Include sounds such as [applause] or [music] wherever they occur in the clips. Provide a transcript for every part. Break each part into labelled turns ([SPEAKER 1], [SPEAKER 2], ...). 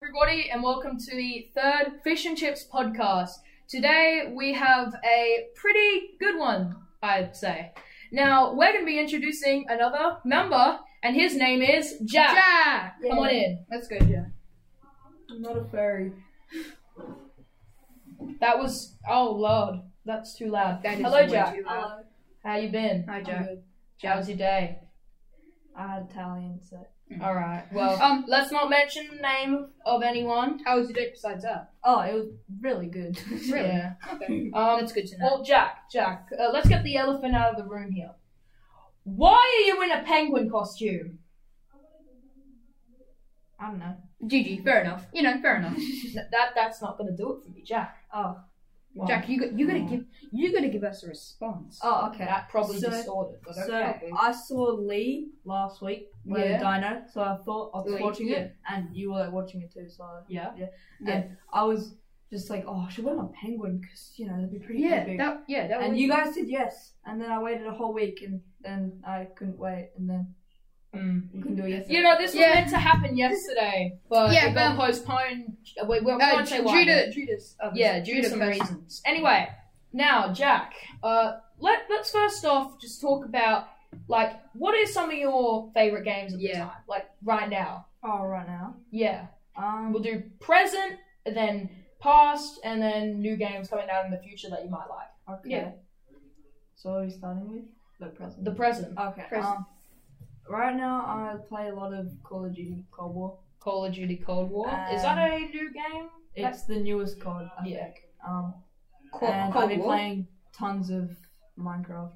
[SPEAKER 1] everybody, and welcome to the third Fish and Chips podcast. Today we have a pretty good one, I'd say. Now we're going to be introducing another member, and his name is Jack.
[SPEAKER 2] Jack!
[SPEAKER 1] Come on in. Let's go, Jack.
[SPEAKER 2] I'm not a fairy.
[SPEAKER 1] That was oh lord, that's too loud.
[SPEAKER 2] That is
[SPEAKER 1] Hello,
[SPEAKER 2] way
[SPEAKER 1] Jack.
[SPEAKER 2] too loud.
[SPEAKER 1] How you been?
[SPEAKER 2] Hi,
[SPEAKER 3] I'm
[SPEAKER 2] Jack.
[SPEAKER 3] good.
[SPEAKER 1] How was your day?
[SPEAKER 3] I had Italian, so.
[SPEAKER 1] All right. Well, [laughs]
[SPEAKER 2] Um,
[SPEAKER 1] let's not mention the name of anyone.
[SPEAKER 2] how was your day besides that?
[SPEAKER 3] Oh, it was really good. [laughs]
[SPEAKER 2] Really?
[SPEAKER 1] Yeah.
[SPEAKER 2] [laughs] Okay.
[SPEAKER 1] Um,
[SPEAKER 2] That's good to know.
[SPEAKER 1] Well, Jack, Jack, uh, let's get the elephant out of the room here. Why are you in a penguin costume?
[SPEAKER 3] I don't know.
[SPEAKER 2] GG, fair enough. You know, fair enough.
[SPEAKER 1] N- that that's not gonna do it for me, Jack.
[SPEAKER 3] Oh,
[SPEAKER 2] Jack, you got, you gotta
[SPEAKER 3] Oh.
[SPEAKER 2] give you gotta give us a response.
[SPEAKER 3] oh, okay.
[SPEAKER 1] that probably
[SPEAKER 3] So-
[SPEAKER 1] distorted. But
[SPEAKER 3] So
[SPEAKER 1] okay.
[SPEAKER 3] I saw Lee last week with
[SPEAKER 1] Yeah.
[SPEAKER 3] the dino, so I thought I was
[SPEAKER 2] Lee,
[SPEAKER 3] watching it, and you were like watching it too. So
[SPEAKER 1] yeah.
[SPEAKER 3] and I was just like, oh, I should wear my penguin because you know that'd be pretty
[SPEAKER 2] yeah,
[SPEAKER 3] epic.
[SPEAKER 2] that yeah, that
[SPEAKER 3] and
[SPEAKER 2] was
[SPEAKER 3] you guys said yes, and then I waited a whole week, and then I couldn't wait, and then
[SPEAKER 1] Mm.
[SPEAKER 3] we couldn't do it yesterday.
[SPEAKER 1] You know, this was
[SPEAKER 2] um, Yeah.
[SPEAKER 1] meant to happen yesterday, but
[SPEAKER 2] Yeah,
[SPEAKER 1] it got
[SPEAKER 2] but-
[SPEAKER 1] postponed. uh, We, we, we
[SPEAKER 2] uh,
[SPEAKER 1] can't say why.
[SPEAKER 2] due to due to s- others.
[SPEAKER 1] yeah, due to some
[SPEAKER 2] pers-
[SPEAKER 1] reasons. Anyway, now Jack, uh, let let's first off just talk about like what are some of your favorite games of the
[SPEAKER 2] Yeah.
[SPEAKER 1] time, like right now.
[SPEAKER 3] oh, right now.
[SPEAKER 1] Yeah.
[SPEAKER 3] Um,
[SPEAKER 1] We'll do present, then past, and then new games coming out in the future that you might like.
[SPEAKER 3] okay.
[SPEAKER 1] yeah.
[SPEAKER 3] So are we starting with the present?
[SPEAKER 1] The present,
[SPEAKER 3] Okay.
[SPEAKER 2] Present.
[SPEAKER 3] Um, right now, I play a lot of Call of Duty Cold War.
[SPEAKER 1] Call of Duty Cold War. Is
[SPEAKER 3] Um,
[SPEAKER 1] that a new game?
[SPEAKER 3] It's the newest COD, I
[SPEAKER 1] Yeah.
[SPEAKER 3] think. Um,
[SPEAKER 2] Cold,
[SPEAKER 3] and I've
[SPEAKER 2] Cold
[SPEAKER 3] been
[SPEAKER 2] War.
[SPEAKER 3] playing tons of Minecraft.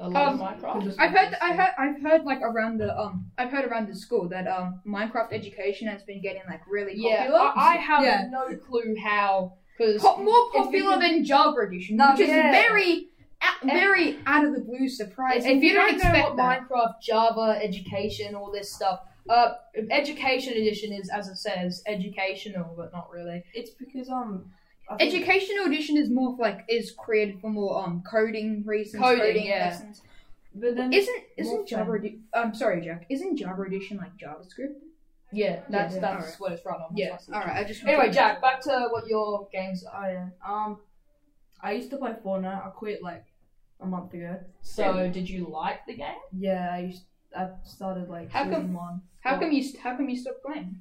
[SPEAKER 1] A lot of
[SPEAKER 2] um,
[SPEAKER 1] Minecraft.
[SPEAKER 2] I've heard, I heard, I've heard like around the um, I've heard around the school that um, Minecraft education has been getting like really
[SPEAKER 1] Yeah,
[SPEAKER 2] popular.
[SPEAKER 1] I, I have
[SPEAKER 2] Yeah.
[SPEAKER 1] no clue how because
[SPEAKER 2] Po- more
[SPEAKER 1] it's
[SPEAKER 2] popular
[SPEAKER 1] because-
[SPEAKER 2] than Java Edition,
[SPEAKER 3] No,
[SPEAKER 2] which is
[SPEAKER 3] yeah.
[SPEAKER 2] very, a- very out of the blue surprise.
[SPEAKER 1] if you don't know
[SPEAKER 2] expect
[SPEAKER 1] what
[SPEAKER 2] that,
[SPEAKER 1] Minecraft, Java, education, all this stuff. Uh, education edition is, as it says, educational, but not really.
[SPEAKER 3] It's because um, I think-
[SPEAKER 2] educational edition is more of, like is created for more um coding reasons,
[SPEAKER 1] Coding,
[SPEAKER 2] coding,
[SPEAKER 1] yeah.
[SPEAKER 2] lessons.
[SPEAKER 3] But then
[SPEAKER 2] Isn't
[SPEAKER 3] More
[SPEAKER 2] isn't Java?
[SPEAKER 3] fun.
[SPEAKER 2] Edi- I'm sorry, Jack. Isn't Java Edition like JavaScript?
[SPEAKER 1] Yeah, that's
[SPEAKER 3] yeah,
[SPEAKER 1] that's
[SPEAKER 2] alright.
[SPEAKER 1] what it's from.
[SPEAKER 2] All right. I just
[SPEAKER 1] Anyway, Jack, back to what your games are.
[SPEAKER 3] oh yeah. Um, I used to play Fortnite. I quit like a month ago.
[SPEAKER 1] So, did you like the game?
[SPEAKER 3] Yeah, I used. I started like
[SPEAKER 2] How come-
[SPEAKER 3] season one.
[SPEAKER 2] How come you how come you stopped playing?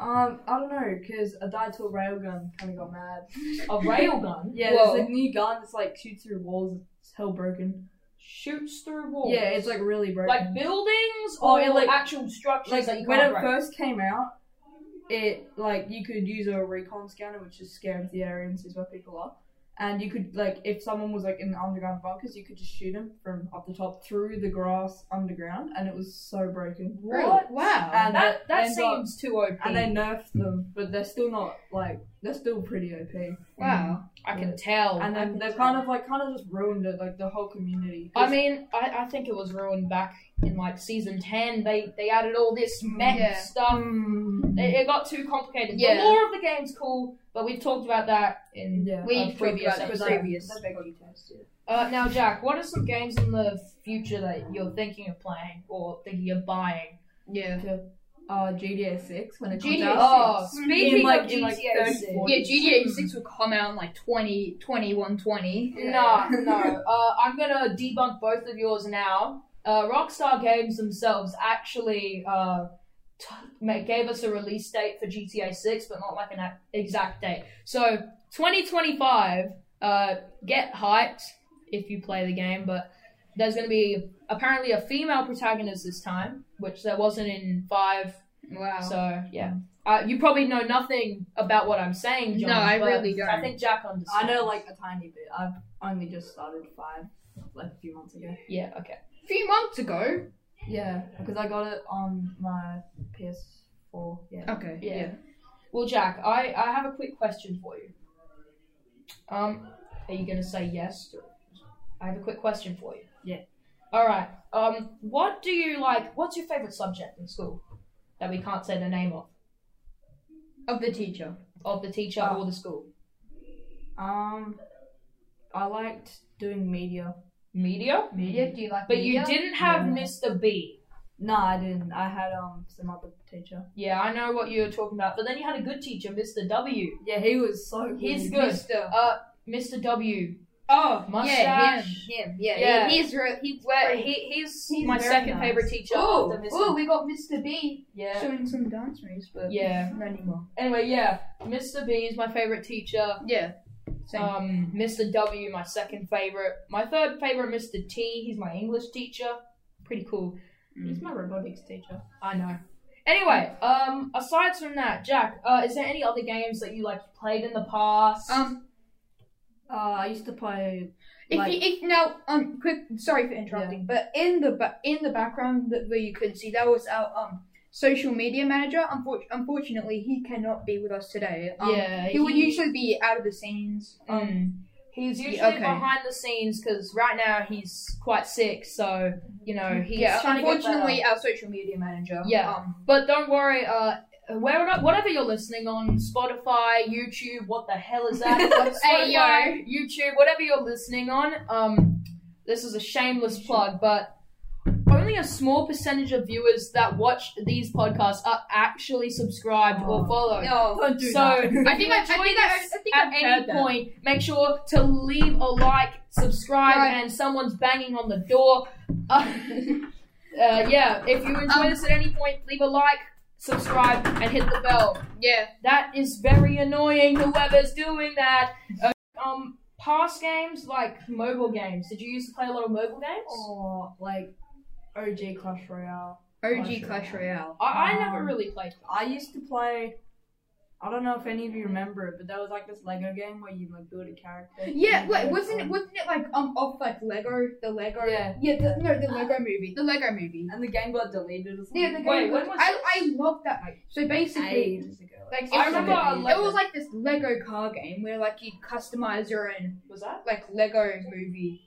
[SPEAKER 3] Um, I don't know, cause I died to a railgun. Kind of got mad.
[SPEAKER 1] A railgun
[SPEAKER 3] Yeah,
[SPEAKER 2] Whoa.
[SPEAKER 3] there's a new gun that's like shoots through walls. It's hell broken.
[SPEAKER 1] shoots through walls.
[SPEAKER 3] Yeah, it's like really broken.
[SPEAKER 1] like buildings
[SPEAKER 3] Oh,
[SPEAKER 1] or
[SPEAKER 3] yeah, like-
[SPEAKER 1] actual structures
[SPEAKER 3] like
[SPEAKER 1] that you
[SPEAKER 3] when
[SPEAKER 1] can't
[SPEAKER 3] it
[SPEAKER 1] break.
[SPEAKER 3] first came out, it like you could use a recon scanner, which just scans the area and sees where people are. And you could like if someone was like in the underground bunkers, you could just shoot them from up the top through the grass underground, and it was so broken.
[SPEAKER 1] What?
[SPEAKER 2] Wow.
[SPEAKER 3] And
[SPEAKER 1] that
[SPEAKER 3] that-
[SPEAKER 1] that
[SPEAKER 3] and got-
[SPEAKER 1] seems too OP.
[SPEAKER 3] And they nerfed them, but they're still not like they're still pretty OP.
[SPEAKER 2] wow.
[SPEAKER 1] I can tell.
[SPEAKER 3] And
[SPEAKER 1] Oh, I
[SPEAKER 3] then
[SPEAKER 1] can
[SPEAKER 3] they've
[SPEAKER 1] tell.
[SPEAKER 3] kind of like kind of just ruined it, like the whole community.
[SPEAKER 1] I mean, I, I think it was ruined back in like season ten. They they added all this mech
[SPEAKER 2] Yeah.
[SPEAKER 1] stuff.
[SPEAKER 3] Mm.
[SPEAKER 1] um, It, it got too complicated.
[SPEAKER 2] Yeah.
[SPEAKER 1] The lore of the game's cool, but we've talked about that in
[SPEAKER 3] yeah,
[SPEAKER 2] We
[SPEAKER 1] uh,
[SPEAKER 2] talked
[SPEAKER 1] previous
[SPEAKER 2] about it,
[SPEAKER 1] episodes.
[SPEAKER 2] but previous.
[SPEAKER 3] That's big details, yeah.
[SPEAKER 1] Uh, now, Jack, what are some games in the future that you're thinking of playing or thinking of buying?
[SPEAKER 2] Yeah.
[SPEAKER 3] Uh, GDA six when it comes
[SPEAKER 2] GTA
[SPEAKER 3] out.
[SPEAKER 1] Oh,
[SPEAKER 2] six.
[SPEAKER 1] speaking
[SPEAKER 3] In, like-
[SPEAKER 1] of
[SPEAKER 3] in, like,
[SPEAKER 1] GTA 6.
[SPEAKER 3] 34.
[SPEAKER 2] Yeah, GTA 6 will come out in like 20, 21, 20.
[SPEAKER 1] No, no. Uh, I'm gonna debunk both of yours now. Uh, Rockstar Games themselves actually uh, t- ma- gave us a release date for GTA 6, but not like an ac- exact date. So 2025. Uh, get hyped if you play the game, but there's gonna be apparently a female protagonist this time, which there wasn't in five.
[SPEAKER 2] Wow.
[SPEAKER 1] So yeah. Uh, you probably know nothing about what I'm saying, John.
[SPEAKER 2] No, I
[SPEAKER 1] but
[SPEAKER 2] really don't.
[SPEAKER 1] I think Jack understands.
[SPEAKER 3] I know like a tiny bit. I've only just started five like a few months ago.
[SPEAKER 1] Yeah. Okay.
[SPEAKER 2] a few months ago.
[SPEAKER 3] Yeah, because I got it on my PS4. Yeah.
[SPEAKER 2] Okay.
[SPEAKER 1] Yeah. Well, Jack, I, I have a quick question for you. Um, are you gonna say yes? Or... I have a quick question for you.
[SPEAKER 3] Yeah.
[SPEAKER 1] All right. Um, what do you like? What's your favorite subject in school that we can't say the name of
[SPEAKER 2] Of the teacher.
[SPEAKER 1] of the teacher
[SPEAKER 3] Oh.
[SPEAKER 1] or the school?
[SPEAKER 3] Um, I liked doing media.
[SPEAKER 1] Media.
[SPEAKER 2] Media? Do you like
[SPEAKER 1] But you
[SPEAKER 2] media?
[SPEAKER 1] didn't have
[SPEAKER 3] Yeah.
[SPEAKER 1] Mr. B.
[SPEAKER 3] No, I didn't. I had um some other teacher.
[SPEAKER 1] Yeah, I know what you're talking about. But then you had a good teacher, Mr. W.
[SPEAKER 3] Yeah, he was so good.
[SPEAKER 1] He's good.
[SPEAKER 2] Mister.
[SPEAKER 1] Uh, Mr. W.
[SPEAKER 2] Oh, yeah, him,
[SPEAKER 1] Mustache.
[SPEAKER 2] him, yeah,
[SPEAKER 1] Yeah.
[SPEAKER 2] He, he's real. He's
[SPEAKER 1] Where
[SPEAKER 2] pretty-
[SPEAKER 1] he, he's,
[SPEAKER 3] He's
[SPEAKER 1] my
[SPEAKER 3] very
[SPEAKER 1] second
[SPEAKER 3] nice.
[SPEAKER 1] favorite teacher
[SPEAKER 2] Oh,
[SPEAKER 1] after Mr.
[SPEAKER 2] oh, we got Mr. B
[SPEAKER 1] Yeah.
[SPEAKER 2] showing some dance moves, but
[SPEAKER 1] Yeah.
[SPEAKER 2] not anymore.
[SPEAKER 1] Anyway, yeah, Mr. B is my favorite teacher.
[SPEAKER 2] Yeah, Uh, same.
[SPEAKER 1] Um, Mr. W, my second favorite. My third favorite, Mr. T. He's my English teacher. Pretty cool.
[SPEAKER 3] He's my robotics teacher.
[SPEAKER 1] I know. Anyway, um, aside from that, Jack, uh, is there any other games that you like played in the past?
[SPEAKER 2] Um,
[SPEAKER 3] Uh, I used to play.
[SPEAKER 2] if
[SPEAKER 3] Like-
[SPEAKER 2] you if now um quick sorry for interrupting, but in the ba- in the background that where you couldn't see that was our um social media manager. Unfor- unfortunately, he cannot be with us today. Um,
[SPEAKER 1] yeah,
[SPEAKER 2] he, would usually be out of the scenes. Um,
[SPEAKER 1] Um, he's usually
[SPEAKER 2] okay.
[SPEAKER 1] behind the scenes because right now he's quite sick, so you know he's
[SPEAKER 2] yeah,
[SPEAKER 1] trying to
[SPEAKER 2] unfortunately,
[SPEAKER 1] get
[SPEAKER 2] our social media manager.
[SPEAKER 1] Yeah.
[SPEAKER 2] Um,
[SPEAKER 1] better. But don't worry, uh, where whatever you're listening on Spotify, YouTube, what the hell is
[SPEAKER 2] [laughs]
[SPEAKER 1] that?
[SPEAKER 2] Hey, yo.
[SPEAKER 1] Spotify, YouTube, whatever you're listening on. Um, this is a shameless plug, but only a small percentage of viewers that watch these podcasts are actually subscribed or
[SPEAKER 3] Oh.
[SPEAKER 1] follow.
[SPEAKER 2] no,
[SPEAKER 3] Don't
[SPEAKER 1] do
[SPEAKER 3] do
[SPEAKER 1] that.
[SPEAKER 3] that.
[SPEAKER 2] I think I, I think I, I think
[SPEAKER 1] at
[SPEAKER 2] I've
[SPEAKER 1] any
[SPEAKER 2] heard that.
[SPEAKER 1] point, make sure to leave a like, subscribe,
[SPEAKER 2] Right.
[SPEAKER 1] and someone's banging on the door. Uh, [laughs] uh, yeah, if you enjoy
[SPEAKER 2] Um,
[SPEAKER 1] this at any point, leave a like, subscribe, and hit the bell.
[SPEAKER 2] Yeah.
[SPEAKER 1] That is very annoying. Whoever's doing that. Uh, um, past games like mobile games. Did you used to play a lot of mobile games?
[SPEAKER 2] Oh,
[SPEAKER 3] Or like OG Clash Royale.
[SPEAKER 2] OG
[SPEAKER 3] Clash
[SPEAKER 2] Clash Royale.
[SPEAKER 1] I, I never
[SPEAKER 3] Um,
[SPEAKER 1] really played.
[SPEAKER 3] I used to play. I don't know if any of you remember it, but there was like this Lego game where you like build a character.
[SPEAKER 2] Yeah,
[SPEAKER 3] and
[SPEAKER 2] like
[SPEAKER 3] go
[SPEAKER 2] wasn't it
[SPEAKER 3] on.
[SPEAKER 2] wasn't it like um off like Lego the Lego
[SPEAKER 3] Yeah.
[SPEAKER 2] yeah the, no
[SPEAKER 1] Uh,
[SPEAKER 2] the Lego movie the Lego movie
[SPEAKER 3] And the game got deleted or something.
[SPEAKER 2] yeah the game
[SPEAKER 1] Wait, when was
[SPEAKER 2] I
[SPEAKER 1] this?
[SPEAKER 2] I love that like so basically
[SPEAKER 3] ages ago.
[SPEAKER 2] like
[SPEAKER 1] I
[SPEAKER 2] it was-
[SPEAKER 1] remember a
[SPEAKER 2] it
[SPEAKER 1] Lego-
[SPEAKER 2] was like this Lego car game where like you customize your own
[SPEAKER 1] Was that?
[SPEAKER 2] like Lego movie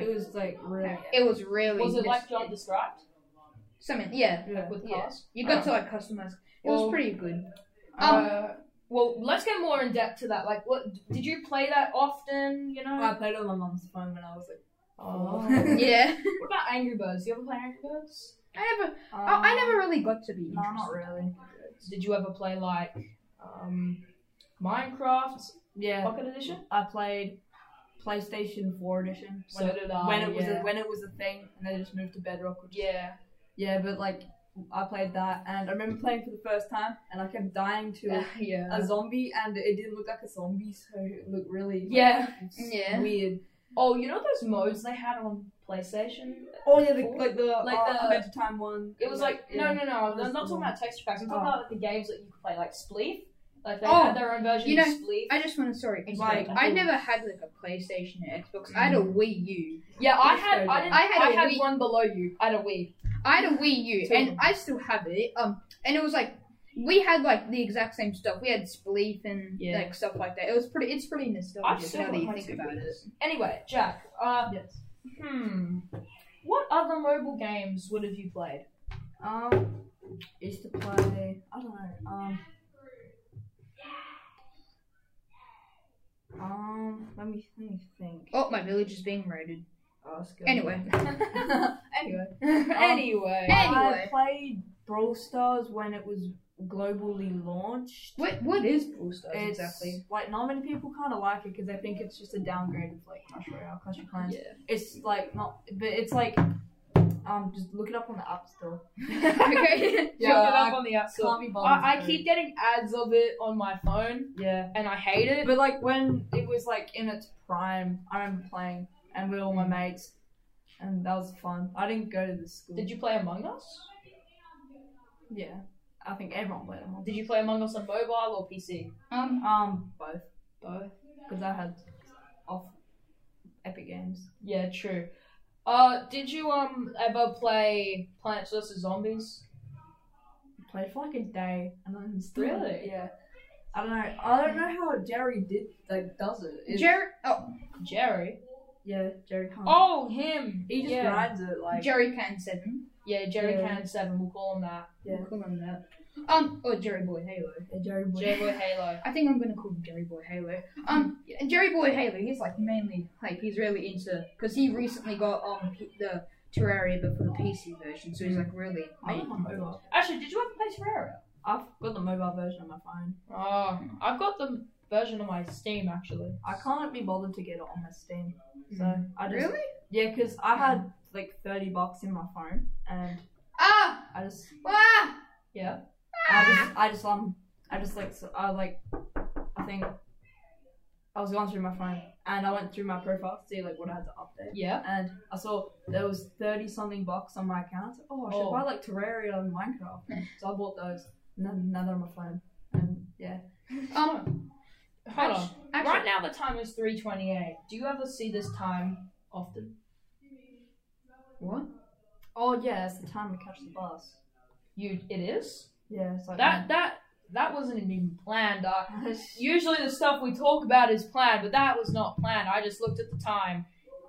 [SPEAKER 3] it was like really.
[SPEAKER 2] it was really
[SPEAKER 1] Was it like
[SPEAKER 2] just-
[SPEAKER 1] John described?
[SPEAKER 2] something yeah
[SPEAKER 3] Yeah.
[SPEAKER 1] With
[SPEAKER 2] Yeah.
[SPEAKER 1] cars? Oh.
[SPEAKER 2] you got to like customize it
[SPEAKER 1] Well-
[SPEAKER 2] was pretty good Um,
[SPEAKER 1] Uh, well, let's get more in depth to that. Like, what did you play that often? You know.
[SPEAKER 3] I played it on my mum's phone when I was like.
[SPEAKER 1] Oh.
[SPEAKER 3] four.
[SPEAKER 2] Uh, [laughs] Um, yeah
[SPEAKER 1] [laughs] what about Angry Birds? You ever play Angry Birds?
[SPEAKER 2] I never Oh, I, I
[SPEAKER 1] um,
[SPEAKER 2] never really got to be
[SPEAKER 3] um, No, not really.
[SPEAKER 1] Did you ever play like um, Minecraft
[SPEAKER 3] Yeah,
[SPEAKER 1] Pocket Edition?
[SPEAKER 3] I played PlayStation 4 edition
[SPEAKER 1] So
[SPEAKER 3] when it,
[SPEAKER 1] did I.
[SPEAKER 3] when it was
[SPEAKER 1] yeah.
[SPEAKER 3] a, when it was a thing, and they just moved to Bedrock. Which
[SPEAKER 1] yeah.
[SPEAKER 3] yeah, but like I played that, and I remember playing for the first time, and I kept dying to
[SPEAKER 1] yeah.
[SPEAKER 3] a zombie, and it didn't look like a zombie, so it looked really like,
[SPEAKER 1] Yeah.
[SPEAKER 2] Yeah.
[SPEAKER 3] weird.
[SPEAKER 1] Oh, you know those modes they had on PlayStation?
[SPEAKER 3] Oh yeah, the,
[SPEAKER 1] Cool.
[SPEAKER 3] like the
[SPEAKER 1] Like
[SPEAKER 3] like uh,
[SPEAKER 1] the-
[SPEAKER 3] Adventure Time one.
[SPEAKER 1] It was like, no,
[SPEAKER 3] yeah.
[SPEAKER 1] no, no. I'm not
[SPEAKER 3] That's the
[SPEAKER 1] talking
[SPEAKER 3] one.
[SPEAKER 1] about texture packs. I'm
[SPEAKER 3] Oh.
[SPEAKER 1] talking about the games that you could play, like Spleef. Like they
[SPEAKER 2] Oh,
[SPEAKER 1] had their own version
[SPEAKER 2] you
[SPEAKER 1] of
[SPEAKER 2] know,
[SPEAKER 1] Spleef.
[SPEAKER 2] I just want to sorry
[SPEAKER 3] Like,
[SPEAKER 2] like I never had like a PlayStation or Xbox I had a Wii U
[SPEAKER 1] yeah, I had, I, didn't, I
[SPEAKER 2] I had
[SPEAKER 1] had,
[SPEAKER 2] a Wii.
[SPEAKER 1] one below you. I had a Wii.
[SPEAKER 2] I had a Wii U,
[SPEAKER 1] Two of
[SPEAKER 2] and
[SPEAKER 1] them.
[SPEAKER 2] I still have it. Um, and it was like we had like the exact same stuff. We had Spleef and
[SPEAKER 1] Yeah.
[SPEAKER 2] like stuff like that. It was pretty. It's pretty
[SPEAKER 1] I
[SPEAKER 2] nostalgic
[SPEAKER 1] still
[SPEAKER 2] now that you
[SPEAKER 1] want
[SPEAKER 2] think
[SPEAKER 1] my
[SPEAKER 2] about it.
[SPEAKER 1] Anyway, Jack, uh,
[SPEAKER 3] Yes.
[SPEAKER 1] Hmm. What other mobile games would have you played?
[SPEAKER 3] Um, I used to play. I don't know. Um. Um, let me, let me think.
[SPEAKER 2] Oh, my village is being raided.
[SPEAKER 3] Oh, it's good.
[SPEAKER 2] Anyway, [laughs]
[SPEAKER 1] [laughs]
[SPEAKER 3] anyway.
[SPEAKER 1] anyway,
[SPEAKER 2] Hey.
[SPEAKER 3] I
[SPEAKER 2] Anyway.
[SPEAKER 3] played Brawl Stars when it was globally launched.
[SPEAKER 2] what what is Brawl Stars
[SPEAKER 3] It's
[SPEAKER 2] exactly?
[SPEAKER 3] like not many people kind of like it because they think it's just a downgrade of like Clash Royale, Clash of Clans. It's like not, but it's like, um, just look it up on the
[SPEAKER 1] [laughs]
[SPEAKER 3] App Store. [laughs]
[SPEAKER 2] okay.
[SPEAKER 1] yeah,
[SPEAKER 3] Yeah,
[SPEAKER 1] it up
[SPEAKER 3] I
[SPEAKER 1] on the App Store.
[SPEAKER 3] Can't be bothered
[SPEAKER 1] I, I
[SPEAKER 3] with
[SPEAKER 1] keep getting ads of it on my phone,
[SPEAKER 3] it. yeah.
[SPEAKER 1] and I hate it.
[SPEAKER 3] But like when it was like in its prime, I remember playing, and we were all
[SPEAKER 1] Mm.
[SPEAKER 3] my mates, and that was fun. I didn't go to the school.
[SPEAKER 1] Did you play Among Us?
[SPEAKER 3] Yeah, I think everyone played them.
[SPEAKER 1] Did you play Among Us on mobile or PC?
[SPEAKER 2] Um.
[SPEAKER 3] Um, both,
[SPEAKER 1] Both.
[SPEAKER 3] because I had off Epic Games.
[SPEAKER 1] Yeah, true. Uh, did you um ever play Plants vs Zombies?
[SPEAKER 3] Played for like a day, and then installed it.
[SPEAKER 1] Really?
[SPEAKER 3] Yeah. I don't know. I don't know how Jerry did like does it. It's-
[SPEAKER 2] Jerry. Oh,
[SPEAKER 1] Jerry.
[SPEAKER 3] yeah, Jerry can't.
[SPEAKER 1] Oh, him.
[SPEAKER 3] he just
[SPEAKER 1] yeah.
[SPEAKER 3] grinds it like.
[SPEAKER 2] Jerry Can Seven.
[SPEAKER 1] Yeah, Jerry
[SPEAKER 3] Yeah.
[SPEAKER 1] Can Seven. We'll call him [laughs] that.
[SPEAKER 3] Yeah.
[SPEAKER 2] We'll call him that. Um. Or Jerry Boy Halo.
[SPEAKER 3] Yeah, Jerry boy.
[SPEAKER 1] J Boy Halo.
[SPEAKER 2] I think I'm gonna call him Jerry Boy Halo. Um, Jerry Boy Halo, he's like mainly like he's really into because he recently got um he- the Terraria, but for the PC version. So he's like really.
[SPEAKER 1] Oh,
[SPEAKER 3] I have my mobile.
[SPEAKER 1] Actually, did you ever play Terraria?
[SPEAKER 3] I've got the mobile version on my phone.
[SPEAKER 1] Oh, I've got the version on my Steam actually.
[SPEAKER 3] I can't be bothered to get it on my Steam. So
[SPEAKER 2] Mm.
[SPEAKER 3] I just
[SPEAKER 2] Really?
[SPEAKER 3] yeah, because I had like thirty bucks in my phone, and
[SPEAKER 2] Ah!
[SPEAKER 3] I just
[SPEAKER 2] Ah!
[SPEAKER 1] Yeah.
[SPEAKER 3] I just I just um I just like so, I like I think I was going through my phone and I went through my profile to see like what I had to update.
[SPEAKER 1] Yeah.
[SPEAKER 3] And I saw there was thirty something bucks on my account. I was like, oh, I should
[SPEAKER 1] Oh.
[SPEAKER 3] buy like Terraria and Minecraft. so I bought those. And then now they're on my phone. And yeah,
[SPEAKER 1] Um, hold on.
[SPEAKER 2] Actually,
[SPEAKER 1] right now the time is 3:28. Do you ever see this time often?
[SPEAKER 2] What?
[SPEAKER 3] oh yeah, it's the time to catch the bus.
[SPEAKER 1] You, it is.
[SPEAKER 3] Yeah, it's like
[SPEAKER 1] That that that wasn't even planned. I,
[SPEAKER 3] That's-
[SPEAKER 1] usually the stuff we talk about is planned, but that was not planned. I just looked at the time,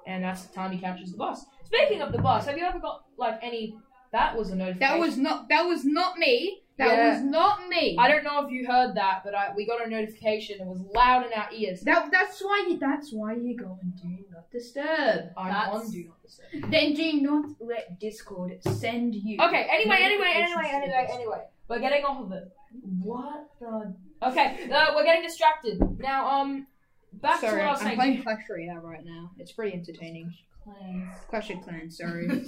[SPEAKER 1] and that's the time he catches the bus. Speaking of the bus, have you ever got like any? That was a notification.
[SPEAKER 2] That was not. That was not me. That
[SPEAKER 1] Yeah.
[SPEAKER 2] was not me.
[SPEAKER 1] I don't know if you heard that, but I, we got a notification. It was loud in our ears.
[SPEAKER 2] That, that's why you. That's why you go and do not disturb.
[SPEAKER 1] I'm
[SPEAKER 3] That's-
[SPEAKER 1] on do not disturb.
[SPEAKER 2] Then do not let Discord send you.
[SPEAKER 1] Okay. Anyway. Anyway.
[SPEAKER 2] notifications
[SPEAKER 1] Anyway.
[SPEAKER 2] to your
[SPEAKER 1] Anyway.
[SPEAKER 2] Discord.
[SPEAKER 1] Anyway. We're getting off of it.
[SPEAKER 3] [laughs] what the
[SPEAKER 1] Okay. Uh, we're getting distracted now. Um, back to
[SPEAKER 2] sorry,
[SPEAKER 1] what I was
[SPEAKER 2] I'm
[SPEAKER 1] saying.
[SPEAKER 2] playing Clash Royale right now. It's pretty entertaining.
[SPEAKER 1] Clans.
[SPEAKER 2] Clash of
[SPEAKER 1] [laughs]
[SPEAKER 2] Clans, sorry.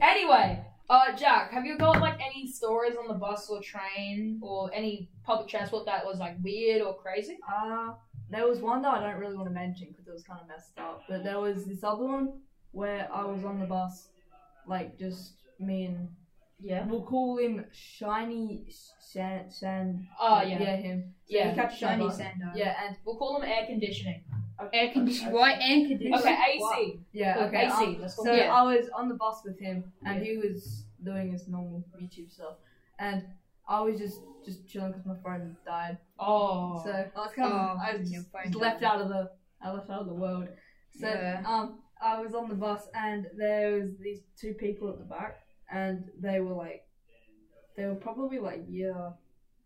[SPEAKER 1] Anyway, uh, Jack, have you got like any stories on the bus or train or any public transport that was like weird or crazy?
[SPEAKER 3] Uh, there was one that I don't really want to mention because it was kind of messed up. But there was this other one where I was on the bus, like just me and
[SPEAKER 1] Yeah.
[SPEAKER 3] we'll call him Shiny Sand. Sand
[SPEAKER 1] Oh yeah.
[SPEAKER 3] yeah, him. So
[SPEAKER 1] Yeah,
[SPEAKER 3] we catch each other.
[SPEAKER 2] Shiny Sandar.
[SPEAKER 3] Yeah, and
[SPEAKER 1] We'll call them air conditioning.
[SPEAKER 2] Air conditioning. Why air conditioning?
[SPEAKER 1] Okay,
[SPEAKER 3] Wow.
[SPEAKER 1] AC.
[SPEAKER 3] yeah,
[SPEAKER 1] Cool,
[SPEAKER 3] okay.
[SPEAKER 1] AC.
[SPEAKER 3] um,
[SPEAKER 1] Let's
[SPEAKER 3] so
[SPEAKER 1] call him.
[SPEAKER 2] Yeah.
[SPEAKER 3] I was on the bus with him, and he was doing his normal YouTube stuff, and I was just just chilling because my phone died.
[SPEAKER 1] Oh.
[SPEAKER 3] So I was kind of
[SPEAKER 2] Oh,
[SPEAKER 3] I was
[SPEAKER 2] your
[SPEAKER 3] just,
[SPEAKER 2] phone
[SPEAKER 3] just left out of the I left out of the world. So
[SPEAKER 2] Yeah.
[SPEAKER 3] um, I was on the bus and there was these two people at the back, and they were like, they were probably like year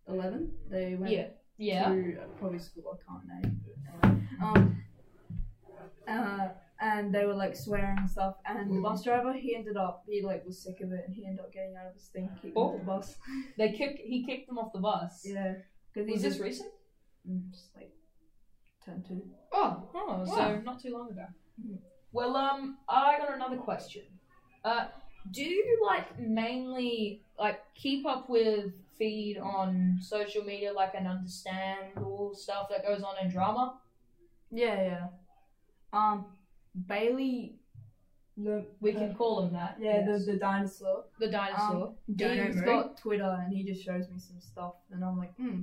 [SPEAKER 3] eleven. They went
[SPEAKER 1] yeah. Yeah.
[SPEAKER 3] to uh, probably school I can't name. Anyway, um, uh, and they were like swearing and stuff. And the bus driver, he ended up he like was sick of it, and he ended up getting out of his thing, kicking
[SPEAKER 1] Oh.
[SPEAKER 3] the bus. [laughs]
[SPEAKER 1] They kick. He kicked them off the bus.
[SPEAKER 3] Yeah, because he
[SPEAKER 1] Was
[SPEAKER 3] just
[SPEAKER 1] this recent?
[SPEAKER 3] mm, just like turned to.
[SPEAKER 1] Oh. Oh. So
[SPEAKER 2] Wow.
[SPEAKER 1] not too long ago.
[SPEAKER 3] Mhm.
[SPEAKER 1] Well, um, I got another question. Uh, do you like mainly like keep up with feed on social media, like and understand all stuff that goes on in drama?
[SPEAKER 3] Yeah, yeah. Um, Bailey. The,
[SPEAKER 1] We can call him that.
[SPEAKER 3] yeah,
[SPEAKER 1] yes.
[SPEAKER 3] the, the dinosaur.
[SPEAKER 1] the dinosaur.
[SPEAKER 2] Dino
[SPEAKER 3] He's
[SPEAKER 2] mode.
[SPEAKER 3] got Twitter and he just shows me some stuff, and I'm like, hmm.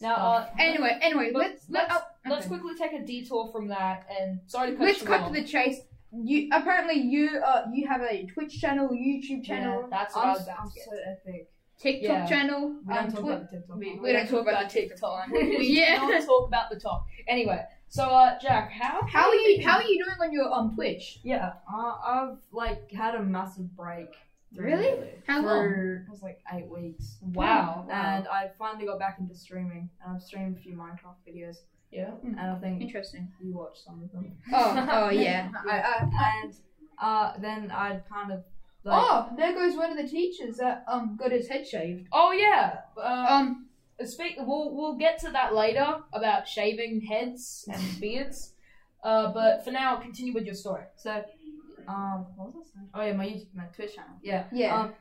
[SPEAKER 1] now, uh,
[SPEAKER 2] Anyway, anyway,
[SPEAKER 1] But
[SPEAKER 2] let's let,
[SPEAKER 1] let's-
[SPEAKER 2] oh,
[SPEAKER 1] let's
[SPEAKER 2] okay.
[SPEAKER 1] quickly take a detour from that. And sorry to cut
[SPEAKER 2] let's
[SPEAKER 1] you
[SPEAKER 2] cut
[SPEAKER 1] off.
[SPEAKER 2] to the chase. You apparently you uh you have a Twitch channel, YouTube channel,
[SPEAKER 1] Yeah, that's what I
[SPEAKER 3] I'm, I'm
[SPEAKER 1] was
[SPEAKER 3] so
[SPEAKER 1] about to get.
[SPEAKER 3] epic.
[SPEAKER 2] TikTok
[SPEAKER 1] Yeah.
[SPEAKER 2] channel,
[SPEAKER 3] We don't
[SPEAKER 2] um,
[SPEAKER 3] talk
[SPEAKER 2] Twi-
[SPEAKER 3] about the TikTok.
[SPEAKER 2] we-
[SPEAKER 3] one.
[SPEAKER 2] we don't [laughs] talk
[SPEAKER 1] [laughs]
[SPEAKER 2] about TikTok. [laughs] Yeah.
[SPEAKER 1] We don't talk about the top. Anyway, so uh, Jack, how
[SPEAKER 2] How are you? How are you doing on your um Twitch?
[SPEAKER 3] Yeah, uh, I've like had a massive break.
[SPEAKER 2] Really? How long?
[SPEAKER 3] for, It was like eight weeks.
[SPEAKER 2] Hmm.
[SPEAKER 1] Wow.
[SPEAKER 3] And I finally got back into streaming, and I've streamed a few Minecraft videos,
[SPEAKER 1] Yeah.
[SPEAKER 3] and I think
[SPEAKER 2] Um,
[SPEAKER 1] [laughs]
[SPEAKER 2] Interesting.
[SPEAKER 3] you watched some of them.
[SPEAKER 2] Oh, oh yeah. I, I,
[SPEAKER 3] and uh, then I kind of like
[SPEAKER 2] oh, there goes one of the teachers that um got his head shaved.
[SPEAKER 1] Oh yeah. Uh,
[SPEAKER 2] Um,
[SPEAKER 1] Speak. We'll we'll get to that later about shaving heads
[SPEAKER 2] [laughs]
[SPEAKER 1] and beards. Uh, but for now, continue with your story.
[SPEAKER 3] so um what was I saying? Oh yeah, my YouTube, my Twitch channel. Yeah.
[SPEAKER 2] yeah.
[SPEAKER 3] Um,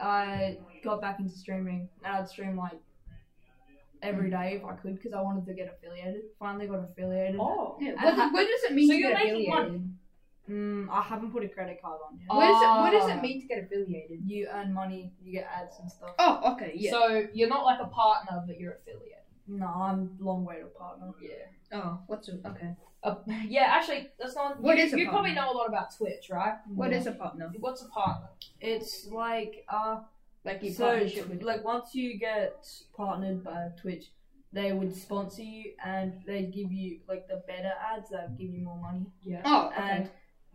[SPEAKER 3] I got back into streaming, and I'd stream like every
[SPEAKER 2] Mm.
[SPEAKER 3] day if I could because I wanted to get affiliated. Finally got affiliated.
[SPEAKER 1] Oh.
[SPEAKER 2] yeah.
[SPEAKER 3] and
[SPEAKER 2] What,
[SPEAKER 3] ha-
[SPEAKER 2] what does it mean
[SPEAKER 1] So
[SPEAKER 2] to
[SPEAKER 1] you're
[SPEAKER 2] get
[SPEAKER 1] making
[SPEAKER 2] affiliated?
[SPEAKER 1] money.
[SPEAKER 3] Mm, I haven't put a credit card on yet.
[SPEAKER 1] Oh.
[SPEAKER 2] What does it What does
[SPEAKER 1] Ah.
[SPEAKER 2] it mean to get affiliated?
[SPEAKER 3] You earn money, you get ads and stuff.
[SPEAKER 2] Oh, okay, yeah.
[SPEAKER 1] So you're not like a partner, but you're affiliate.
[SPEAKER 3] No, I'm long way to partner.
[SPEAKER 1] Yeah.
[SPEAKER 2] oh, what's a, okay?
[SPEAKER 1] Uh, [laughs] yeah. Actually, that's not.
[SPEAKER 2] What
[SPEAKER 1] you,
[SPEAKER 2] is a
[SPEAKER 1] you probably
[SPEAKER 2] partner?
[SPEAKER 1] know a lot about Twitch, right?
[SPEAKER 2] What
[SPEAKER 3] Yeah.
[SPEAKER 2] is a partner?
[SPEAKER 1] What's a partner?
[SPEAKER 3] Mm. It's like uh,
[SPEAKER 2] Like you
[SPEAKER 3] so
[SPEAKER 2] partnership
[SPEAKER 3] tw-
[SPEAKER 2] with
[SPEAKER 3] like once you get partnered by Twitch, they would sponsor you and they give you like the better ads that give you more money.
[SPEAKER 1] Yeah.
[SPEAKER 2] Oh, okay.
[SPEAKER 3] and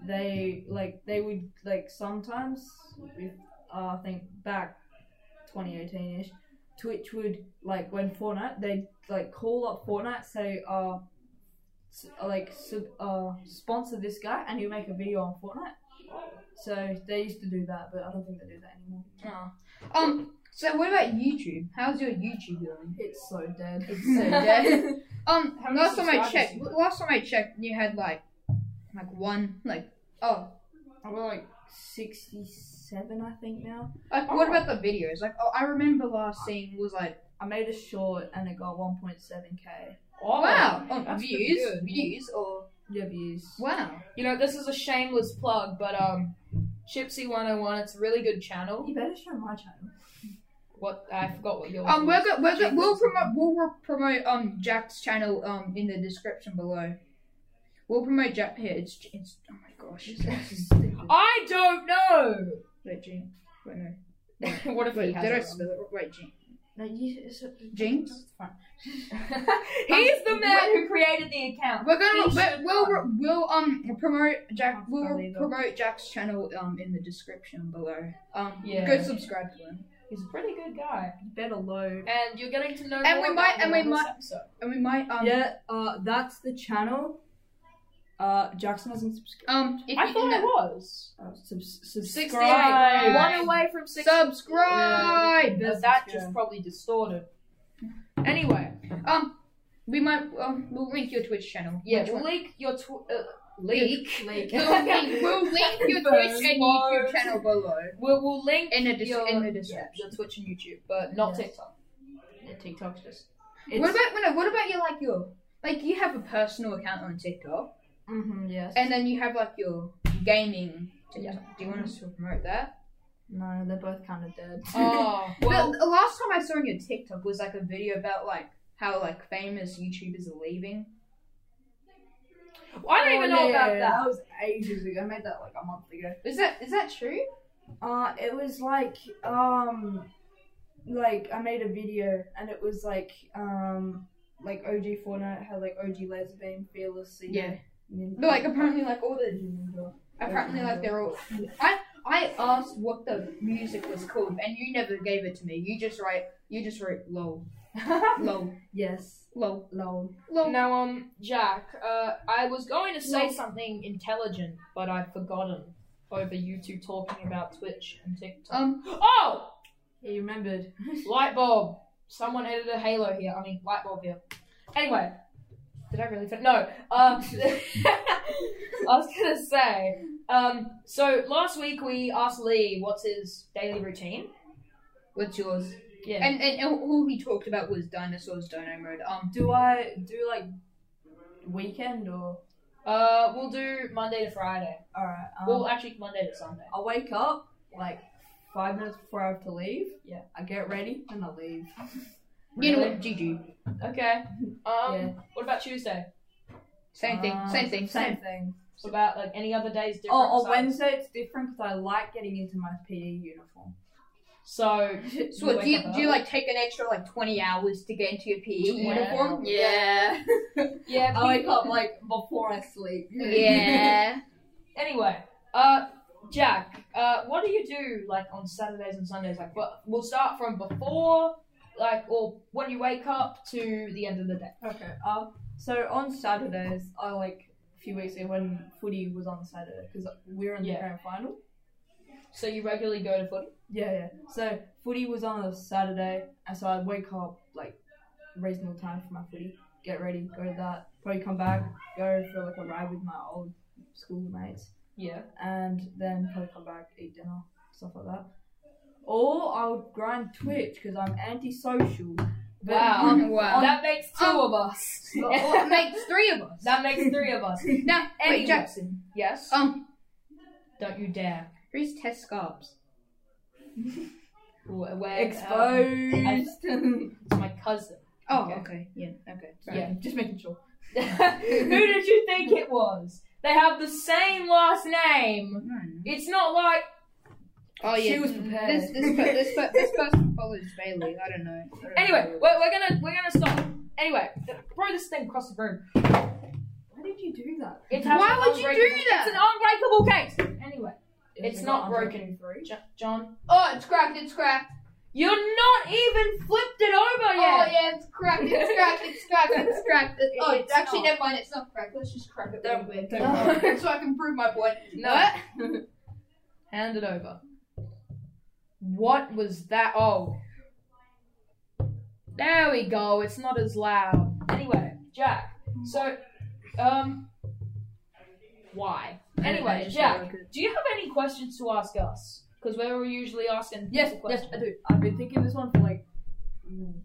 [SPEAKER 3] they like they would like sometimes if uh, I think back 2018 ish, Twitch would like when Fortnite they'd like call up Fortnite say uh s- like sub, uh, sponsor this guy and he'll make a video on Fortnite. So they used to do that, but I don't think they do that anymore.
[SPEAKER 2] Oh. Um. So what about YouTube? How's your YouTube doing?
[SPEAKER 3] It's so dead.
[SPEAKER 1] It's
[SPEAKER 2] [laughs] so
[SPEAKER 3] [laughs]
[SPEAKER 2] dead. Um.
[SPEAKER 1] [laughs] How many
[SPEAKER 2] last time I
[SPEAKER 1] subscribers
[SPEAKER 2] checked,
[SPEAKER 1] you got?
[SPEAKER 2] last time I checked, you had like, like one, like oh,
[SPEAKER 3] I've got like 67, I think now.
[SPEAKER 2] like what about the videos? Like oh, I remember last seeing was like
[SPEAKER 3] I made a short and it got 1.7k.
[SPEAKER 1] Oh,
[SPEAKER 2] wow, um,
[SPEAKER 1] that's
[SPEAKER 2] views,
[SPEAKER 1] pretty good.
[SPEAKER 2] views or
[SPEAKER 3] Yeah, views.
[SPEAKER 2] wow.
[SPEAKER 1] You know, this is a shameless plug, but um, Chipsy 101, it's a really good channel.
[SPEAKER 3] You better show my channel.
[SPEAKER 1] What I forgot what yours.
[SPEAKER 2] Um, we're
[SPEAKER 1] was.
[SPEAKER 2] go- we're go- we'll promote we'll re- promote um Jack's channel um in the description below. We'll promote Jack here. It's it's oh my gosh. [laughs]
[SPEAKER 1] I don't know. [laughs]
[SPEAKER 2] Wait, Jane. Wait, no.
[SPEAKER 1] what if he
[SPEAKER 2] Wait,
[SPEAKER 1] has
[SPEAKER 2] did I
[SPEAKER 1] it wrong?
[SPEAKER 2] spell it? wrong? Wait, Jane.
[SPEAKER 3] No, you, it's,
[SPEAKER 2] Jinx?
[SPEAKER 3] it's fine.
[SPEAKER 1] [laughs] He's
[SPEAKER 2] Um,
[SPEAKER 1] the man who created the account.
[SPEAKER 2] We're gonna
[SPEAKER 1] He
[SPEAKER 2] we
[SPEAKER 1] should
[SPEAKER 2] we'll
[SPEAKER 1] come.
[SPEAKER 2] re- we'll um promote Jack.
[SPEAKER 3] I'll
[SPEAKER 2] We'll
[SPEAKER 3] probably go.
[SPEAKER 2] promote Jack's channel um in the description below. Um,
[SPEAKER 1] Yeah.
[SPEAKER 2] go subscribe to him,
[SPEAKER 1] He's a pretty good guy,
[SPEAKER 3] You better load.
[SPEAKER 1] and you're getting to know.
[SPEAKER 2] And
[SPEAKER 1] more
[SPEAKER 2] we might-
[SPEAKER 1] about him
[SPEAKER 2] and we
[SPEAKER 1] on this
[SPEAKER 2] might-
[SPEAKER 1] episode.
[SPEAKER 2] and we might um
[SPEAKER 3] Yeah, uh, that's the channel. Uh, Jackson hasn't subscribed.
[SPEAKER 2] um if
[SPEAKER 1] I
[SPEAKER 2] you-
[SPEAKER 1] thought I was.
[SPEAKER 3] Uh, subs-
[SPEAKER 1] 68.
[SPEAKER 3] subscribe.
[SPEAKER 1] One away from 60.
[SPEAKER 2] subscribe.
[SPEAKER 1] But that just probably distorted. Anyway,
[SPEAKER 2] Um, we might um we'll link your Twitch channel.
[SPEAKER 1] yeah,
[SPEAKER 2] Which one?
[SPEAKER 1] leak your tw- uh,
[SPEAKER 2] [laughs]
[SPEAKER 1] leak.
[SPEAKER 3] Like,
[SPEAKER 2] We'll link, we'll link your Twitch and YouTube channel below.
[SPEAKER 1] We'll, we'll link
[SPEAKER 2] In the dis-
[SPEAKER 1] your,
[SPEAKER 2] in the
[SPEAKER 1] yeah,
[SPEAKER 2] description.
[SPEAKER 1] your Twitch and YouTube, but not
[SPEAKER 3] Yes.
[SPEAKER 1] TikTok. Yeah, TikTok's just.
[SPEAKER 2] What about no, what about your like your like you have a personal account on TikTok
[SPEAKER 3] hmm yes.
[SPEAKER 2] and then you have like your gaming TikTok.
[SPEAKER 1] Yeah.
[SPEAKER 2] Do you want us to promote that?
[SPEAKER 3] no, they're both kind
[SPEAKER 2] [laughs]
[SPEAKER 3] of dead.
[SPEAKER 1] Oh, well,
[SPEAKER 2] Well, the last time I saw on your TikTok was like a video about like how like famous YouTubers are leaving.
[SPEAKER 1] I don't even know
[SPEAKER 3] yeah,
[SPEAKER 1] about
[SPEAKER 3] yeah,
[SPEAKER 1] that.
[SPEAKER 3] That was ages ago. I made that like a month ago.
[SPEAKER 2] Is that is that true?
[SPEAKER 3] Uh, it was like um, like I made a video and it was like um, like OG Fortnite had like OG Laserbeam, Fearless, Seeker,
[SPEAKER 2] Yeah.
[SPEAKER 3] Ninja.
[SPEAKER 2] But like apparently like all the
[SPEAKER 3] Ninja.
[SPEAKER 2] apparently like they're all I I asked what the music was called and you never gave it to me. You just write you just wrote lol [laughs] lol
[SPEAKER 3] Yes,
[SPEAKER 2] lol
[SPEAKER 3] lol.
[SPEAKER 2] lol.
[SPEAKER 1] Now, um, Jack, uh, I was going to say
[SPEAKER 2] No.
[SPEAKER 1] something intelligent, but I've forgotten over you two talking about Twitch and TikTok.
[SPEAKER 2] Um
[SPEAKER 1] oh!
[SPEAKER 3] He remembered.
[SPEAKER 1] Light bulb. Someone edited a halo here. I mean, light bulb here. Anyway, did I really fin- No. Um, [laughs] I was gonna say. Um, so last week we asked Lee what's his daily routine.
[SPEAKER 2] what's yours?
[SPEAKER 1] Yeah.
[SPEAKER 2] And and all he talked about was dinosaurs dono mode. Um
[SPEAKER 3] Do I do like weekend or
[SPEAKER 1] uh, we'll do Monday to Friday.
[SPEAKER 3] alright? Um,
[SPEAKER 1] well, actually, Monday to Sunday.
[SPEAKER 3] I wake up like five minutes before I have to leave.
[SPEAKER 1] Yeah.
[SPEAKER 3] I get ready and I leave.
[SPEAKER 2] you know
[SPEAKER 1] Really?
[SPEAKER 2] what GG.
[SPEAKER 1] Okay. [laughs] Um,
[SPEAKER 3] Yeah.
[SPEAKER 1] what about Tuesday?
[SPEAKER 2] Same thing,
[SPEAKER 3] Uh,
[SPEAKER 2] same thing,
[SPEAKER 3] Same
[SPEAKER 2] Ah, same.
[SPEAKER 3] thing.
[SPEAKER 1] What about like any other days different?
[SPEAKER 3] Oh, on
[SPEAKER 1] So-
[SPEAKER 3] Wednesday it's different because I like getting into my PE uniform.
[SPEAKER 1] So,
[SPEAKER 2] [laughs] So what, do
[SPEAKER 1] wake
[SPEAKER 2] you
[SPEAKER 1] up
[SPEAKER 2] do you
[SPEAKER 1] early.
[SPEAKER 2] like take an extra like twenty hours to get into your PE
[SPEAKER 1] Yeah.
[SPEAKER 2] uniform?
[SPEAKER 3] Yeah.
[SPEAKER 1] Yeah.
[SPEAKER 3] Oh, I wake
[SPEAKER 1] people-
[SPEAKER 3] up like before I sleep.
[SPEAKER 2] [laughs] Yeah.
[SPEAKER 1] Anyway, uh, Jack, uh, what do you do like on Saturdays and Sundays? Like, what, we'll start from before, like, or when you wake up to the end of the day.
[SPEAKER 3] [laughs] okay. Uh, so on Saturdays, I like a few weeks ago when footy was on Saturday because we're in the
[SPEAKER 1] Yeah.
[SPEAKER 3] grand final.
[SPEAKER 1] So you regularly go to footy.
[SPEAKER 3] Yeah, yeah. So footy was on a Saturday, and so I'd wake up like reasonable time for my footy, get ready, go to that, probably come back, go for like a ride with my old school mates,
[SPEAKER 1] Yeah.
[SPEAKER 3] and then probably come back, eat dinner, stuff like that. Or I would grind Twitch because I'm antisocial. But
[SPEAKER 1] Wow.
[SPEAKER 2] [laughs] Um, wow.
[SPEAKER 1] that makes two
[SPEAKER 2] um,
[SPEAKER 1] of us.
[SPEAKER 2] Well, well, it makes three of [laughs] us.
[SPEAKER 1] that makes three of us.
[SPEAKER 2] Now,
[SPEAKER 1] Anyway.
[SPEAKER 2] wait, Jackson.
[SPEAKER 1] Yes.
[SPEAKER 2] Um,
[SPEAKER 1] Don't you dare.
[SPEAKER 2] who's Tess Scarps?
[SPEAKER 1] Wh- Where? um, [laughs]
[SPEAKER 3] [laughs] Exposed.
[SPEAKER 1] it's my cousin. [laughs]
[SPEAKER 2] Oh,
[SPEAKER 3] Okay.
[SPEAKER 2] okay. Yeah. Okay.
[SPEAKER 3] Sorry,
[SPEAKER 1] Yeah.
[SPEAKER 3] just making sure.
[SPEAKER 1] Who did you think it was? They have the same last name. It's not like
[SPEAKER 2] Oh yeah.
[SPEAKER 3] She was prepared.
[SPEAKER 2] This [laughs] this per- this, per- this person follows Bailey. I don't know. I don't
[SPEAKER 1] Anyway,
[SPEAKER 2] know.
[SPEAKER 1] we're, we're gonna we're gonna stop. Anyway, throw this thing across the room.
[SPEAKER 3] Why did you do that?
[SPEAKER 1] It has
[SPEAKER 2] why
[SPEAKER 1] an
[SPEAKER 2] would you do
[SPEAKER 1] unbreakable- It's
[SPEAKER 2] that?
[SPEAKER 1] an unbreakable case. Anyway, It's not
[SPEAKER 3] Three.
[SPEAKER 1] Jo- John,
[SPEAKER 2] Oh, it's cracked. It's cracked.
[SPEAKER 1] you're not even flipped it over yet.
[SPEAKER 2] Oh yeah, it's cracked, it's cracked, it's cracked, it's [laughs] cracked. It- oh,
[SPEAKER 1] It's
[SPEAKER 2] actually,
[SPEAKER 1] not.
[SPEAKER 2] never mind, it's not cracked. Let's just crack it
[SPEAKER 3] Don't-
[SPEAKER 2] real quick.
[SPEAKER 3] don't
[SPEAKER 2] [laughs] so I can prove my point.
[SPEAKER 1] No. Hand it over. What was that? Oh. There we go. It's not as loud. Anyway, Jack. So, um, why? Anyway, Jack, do you have any questions to ask us? Because we were usually asking.
[SPEAKER 3] Yes,
[SPEAKER 1] people
[SPEAKER 3] yes,
[SPEAKER 1] questions.
[SPEAKER 3] I do. I've been thinking this one for like.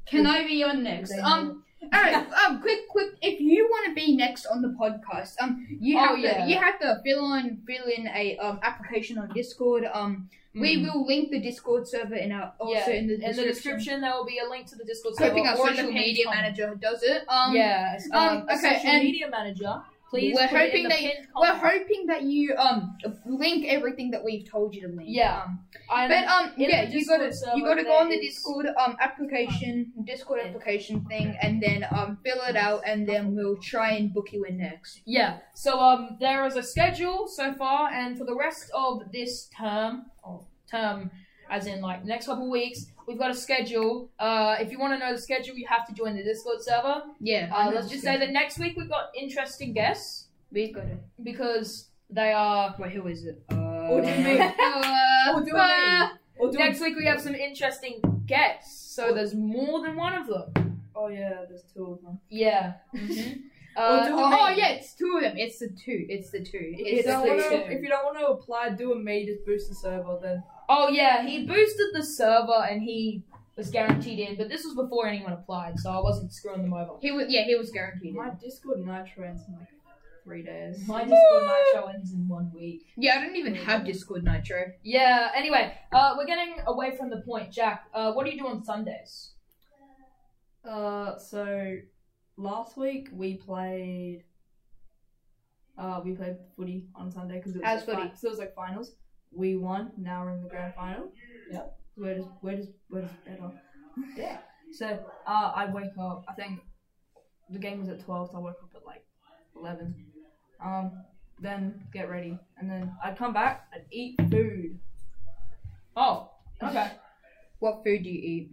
[SPEAKER 2] Can I be on next? Um, alright, um, quick, quick. If you want to be next on the podcast, um, you
[SPEAKER 1] Oh,
[SPEAKER 2] have
[SPEAKER 1] yeah.
[SPEAKER 2] to, you have to fill in, fill in a um application on Discord. Um, we will link the Discord server in our also
[SPEAKER 1] Yeah,
[SPEAKER 2] in the
[SPEAKER 1] In the
[SPEAKER 2] description.
[SPEAKER 1] Mm. description, there will be a link to the Discord server.
[SPEAKER 2] Hoping our
[SPEAKER 1] or
[SPEAKER 2] social
[SPEAKER 1] it'll be
[SPEAKER 2] media
[SPEAKER 1] com-
[SPEAKER 2] manager does it. Um,
[SPEAKER 1] yes.
[SPEAKER 2] um,
[SPEAKER 1] the
[SPEAKER 2] okay,
[SPEAKER 1] Social
[SPEAKER 2] and-
[SPEAKER 1] media manager. Please.
[SPEAKER 2] We're
[SPEAKER 1] put it in
[SPEAKER 2] hoping
[SPEAKER 1] the
[SPEAKER 2] that-
[SPEAKER 1] pinned
[SPEAKER 2] We're
[SPEAKER 1] comment.
[SPEAKER 2] hoping that you um link everything that we've told you to link.
[SPEAKER 1] Yeah.
[SPEAKER 2] Um,
[SPEAKER 1] And-
[SPEAKER 2] but um
[SPEAKER 1] in
[SPEAKER 2] yeah,
[SPEAKER 1] the
[SPEAKER 2] you
[SPEAKER 1] Discord
[SPEAKER 2] gotta
[SPEAKER 1] server,
[SPEAKER 2] you gotta go on the
[SPEAKER 1] there is-
[SPEAKER 2] Discord um application Discord
[SPEAKER 1] Yeah.
[SPEAKER 2] application thing and then um fill it out and then we'll try and book you in next.
[SPEAKER 1] Yeah. So um, there is a schedule so far, and for the rest of this term, or term, as in like next couple weeks, we've got a schedule. Uh, if you want to know the schedule, you have to join the Discord server.
[SPEAKER 2] Yeah.
[SPEAKER 1] Uh, let's just say that next week we've got interesting guests
[SPEAKER 2] we got it.
[SPEAKER 1] because they [laughs] are.
[SPEAKER 2] Wait, who is it? Uh,
[SPEAKER 3] do you mean?
[SPEAKER 2] uh,
[SPEAKER 3] Or
[SPEAKER 1] [laughs]
[SPEAKER 3] do
[SPEAKER 2] uh,
[SPEAKER 3] I Or do
[SPEAKER 1] Next week we have some interesting guests, so there's more than one of them.
[SPEAKER 3] Oh yeah, there's two of them.
[SPEAKER 1] Yeah.
[SPEAKER 3] Or
[SPEAKER 1] [laughs] Uh,
[SPEAKER 3] do
[SPEAKER 2] oh,
[SPEAKER 3] I-
[SPEAKER 2] yeah, it's two of them. It's the two. It's the two.
[SPEAKER 3] If you
[SPEAKER 2] It's
[SPEAKER 1] It's
[SPEAKER 2] the
[SPEAKER 3] don't
[SPEAKER 1] the
[SPEAKER 3] want
[SPEAKER 1] wanna-
[SPEAKER 2] two.
[SPEAKER 1] two.
[SPEAKER 3] to, if you don't want to apply, do a me just boost the server. Then
[SPEAKER 1] Oh yeah, he boosted the server and he was guaranteed in, but this was before anyone applied, so I wasn't screwing them over.
[SPEAKER 2] He was yeah, he was guaranteed.
[SPEAKER 3] my Discord Nitro ends in like three days.
[SPEAKER 1] My Discord Nitro ends in one week.
[SPEAKER 2] Yeah, I don't even have Discord Nitro.
[SPEAKER 1] Yeah, anyway, uh, we're getting away from the point. Jack, uh, what do you do on Sundays?
[SPEAKER 3] Uh, so last week we played. Uh, we played footy on Sunday because it was
[SPEAKER 2] How's
[SPEAKER 3] like
[SPEAKER 2] footy?
[SPEAKER 3] Fi- so it was like finals. We won. Now we're in the grand final. Yeah. We're just we're just we're just better.
[SPEAKER 1] Yeah.
[SPEAKER 3] [laughs] So uh, I wake up. I think the game was at twelve. So I woke up at like eleven. Um, then get ready, and then I'd come back. I'd eat food.
[SPEAKER 1] Oh, okay.
[SPEAKER 2] What food do you eat?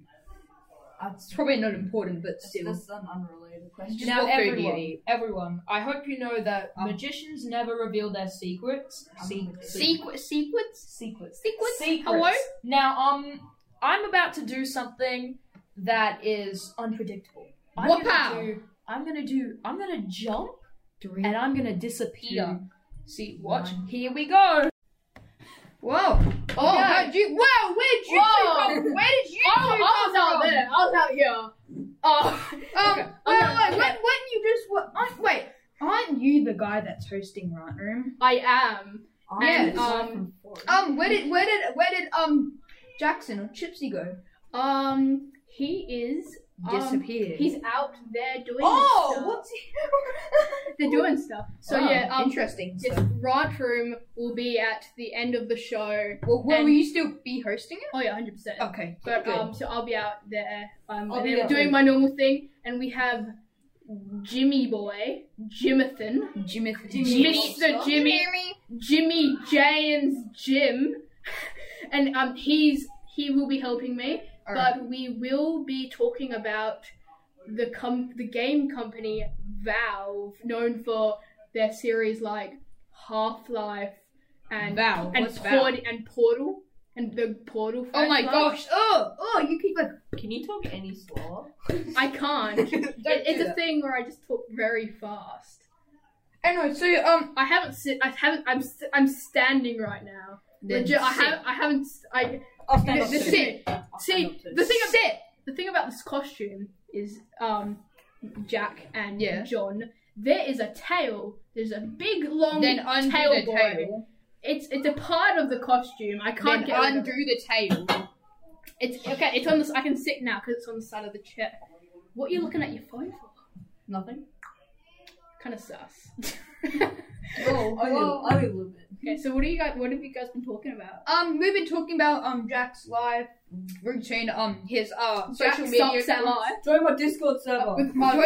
[SPEAKER 3] That's
[SPEAKER 2] It's probably not important, but
[SPEAKER 3] that's,
[SPEAKER 2] still.
[SPEAKER 3] that's an unrelated
[SPEAKER 2] Just
[SPEAKER 3] question.
[SPEAKER 1] now,
[SPEAKER 2] what food do you
[SPEAKER 1] everyone,
[SPEAKER 2] eat?
[SPEAKER 1] everyone, I hope you know that
[SPEAKER 3] Oh.
[SPEAKER 1] magicians never reveal their Um, secrets.
[SPEAKER 3] I'm
[SPEAKER 1] Se-
[SPEAKER 3] gonna-
[SPEAKER 2] Sequ- sequence?
[SPEAKER 3] Secrets.
[SPEAKER 2] Sequence?
[SPEAKER 1] Secrets.
[SPEAKER 2] Hello?
[SPEAKER 1] Now, um, I'm about to do something that is unpredictable. I'm
[SPEAKER 2] What pow?
[SPEAKER 1] gonna do, I'm gonna do. I'm gonna jump and I'm gonna disappear. See, watch.
[SPEAKER 3] one.
[SPEAKER 1] Here we go.
[SPEAKER 2] Whoa. Oh,
[SPEAKER 1] Okay.
[SPEAKER 2] how'd you. Wow, where'd you
[SPEAKER 1] Whoa.
[SPEAKER 2] two come Where did you
[SPEAKER 1] Oh,
[SPEAKER 2] two
[SPEAKER 1] I
[SPEAKER 2] come
[SPEAKER 1] was out
[SPEAKER 2] from?
[SPEAKER 1] there. I was out here. Oh,
[SPEAKER 2] Um,
[SPEAKER 1] Okay,
[SPEAKER 2] wait,
[SPEAKER 1] okay,
[SPEAKER 2] wait,
[SPEAKER 1] okay.
[SPEAKER 2] When, when you just. What, aren't, wait, aren't you the guy that's hosting Rant Room?
[SPEAKER 1] I am.
[SPEAKER 2] Yeah,
[SPEAKER 1] um,
[SPEAKER 2] Um, where did. Where did. Where did. Um, Jackson or Chipsy go?
[SPEAKER 4] Um, he is. um,
[SPEAKER 2] Disappeared.
[SPEAKER 4] he's out there doing.
[SPEAKER 2] Oh,
[SPEAKER 4] stuff.
[SPEAKER 2] what's he. [laughs]
[SPEAKER 4] they're doing stuff. So
[SPEAKER 2] Wow,
[SPEAKER 4] yeah, um,
[SPEAKER 2] Oh, interesting.
[SPEAKER 4] yes,
[SPEAKER 2] So,
[SPEAKER 4] Rod Room will be at the end of the show.
[SPEAKER 2] well, will
[SPEAKER 4] and-
[SPEAKER 2] you still be hosting it?
[SPEAKER 4] Oh yeah, hundred percent.
[SPEAKER 2] Okay.
[SPEAKER 4] But
[SPEAKER 2] good.
[SPEAKER 4] um, so I'll be out there. Um,
[SPEAKER 3] I'll
[SPEAKER 4] and
[SPEAKER 3] be
[SPEAKER 4] then
[SPEAKER 3] out
[SPEAKER 4] doing
[SPEAKER 3] there.
[SPEAKER 4] my normal thing, and we have Jimmy Boy, Jimathan,
[SPEAKER 2] Jimmy.
[SPEAKER 4] Mr. Jimmy, Jimmy James Jim, and um, he's he will be helping me.
[SPEAKER 2] Alright.
[SPEAKER 4] but we will be talking about the com- the game company Valve, known for their series like Half Life and
[SPEAKER 2] Val.
[SPEAKER 4] and,
[SPEAKER 2] what's Val?
[SPEAKER 4] Port- and Portal and the Portal.
[SPEAKER 2] Oh my
[SPEAKER 4] franchise.
[SPEAKER 2] gosh! Oh, oh, you keep like.
[SPEAKER 3] Can you talk any slower?
[SPEAKER 4] I can't. It- it's a
[SPEAKER 2] that.
[SPEAKER 4] thing where I just talk very fast.
[SPEAKER 2] Anyway, so um,
[SPEAKER 4] I haven't sit. I haven't. I'm. si I'm standing right now. Legit. I
[SPEAKER 2] sit.
[SPEAKER 4] have. I haven't. s- I.
[SPEAKER 3] I'll
[SPEAKER 4] The,
[SPEAKER 2] stand up
[SPEAKER 4] the,
[SPEAKER 2] too.
[SPEAKER 4] thing- see, the thing. ab-
[SPEAKER 2] sit.
[SPEAKER 4] the thing about this costume is um Jack and
[SPEAKER 2] Yeah.
[SPEAKER 4] John. There is a tail. There's a big long
[SPEAKER 2] Then undo
[SPEAKER 4] tail
[SPEAKER 2] the
[SPEAKER 4] boy.
[SPEAKER 2] tail.
[SPEAKER 4] It's it's a part of the costume. I can't
[SPEAKER 2] Then
[SPEAKER 4] get rid of
[SPEAKER 2] undo
[SPEAKER 4] it.
[SPEAKER 2] the tail.
[SPEAKER 4] It's okay. It's on this. I can sit now because it's on the side of the chair. What are you looking at your phone for?
[SPEAKER 3] Nothing.
[SPEAKER 4] Kind of sus. [laughs]
[SPEAKER 3] Oh, I
[SPEAKER 2] Whoa.
[SPEAKER 3] will. I will live it.
[SPEAKER 4] Okay, so what are you guys? What have you guys been talking about?
[SPEAKER 2] Um, we've been talking about um Jack's life routine. Um, his uh social
[SPEAKER 4] Jack
[SPEAKER 2] media.
[SPEAKER 4] sucks at life.
[SPEAKER 3] Join my Discord server.
[SPEAKER 2] With
[SPEAKER 4] Join
[SPEAKER 2] Join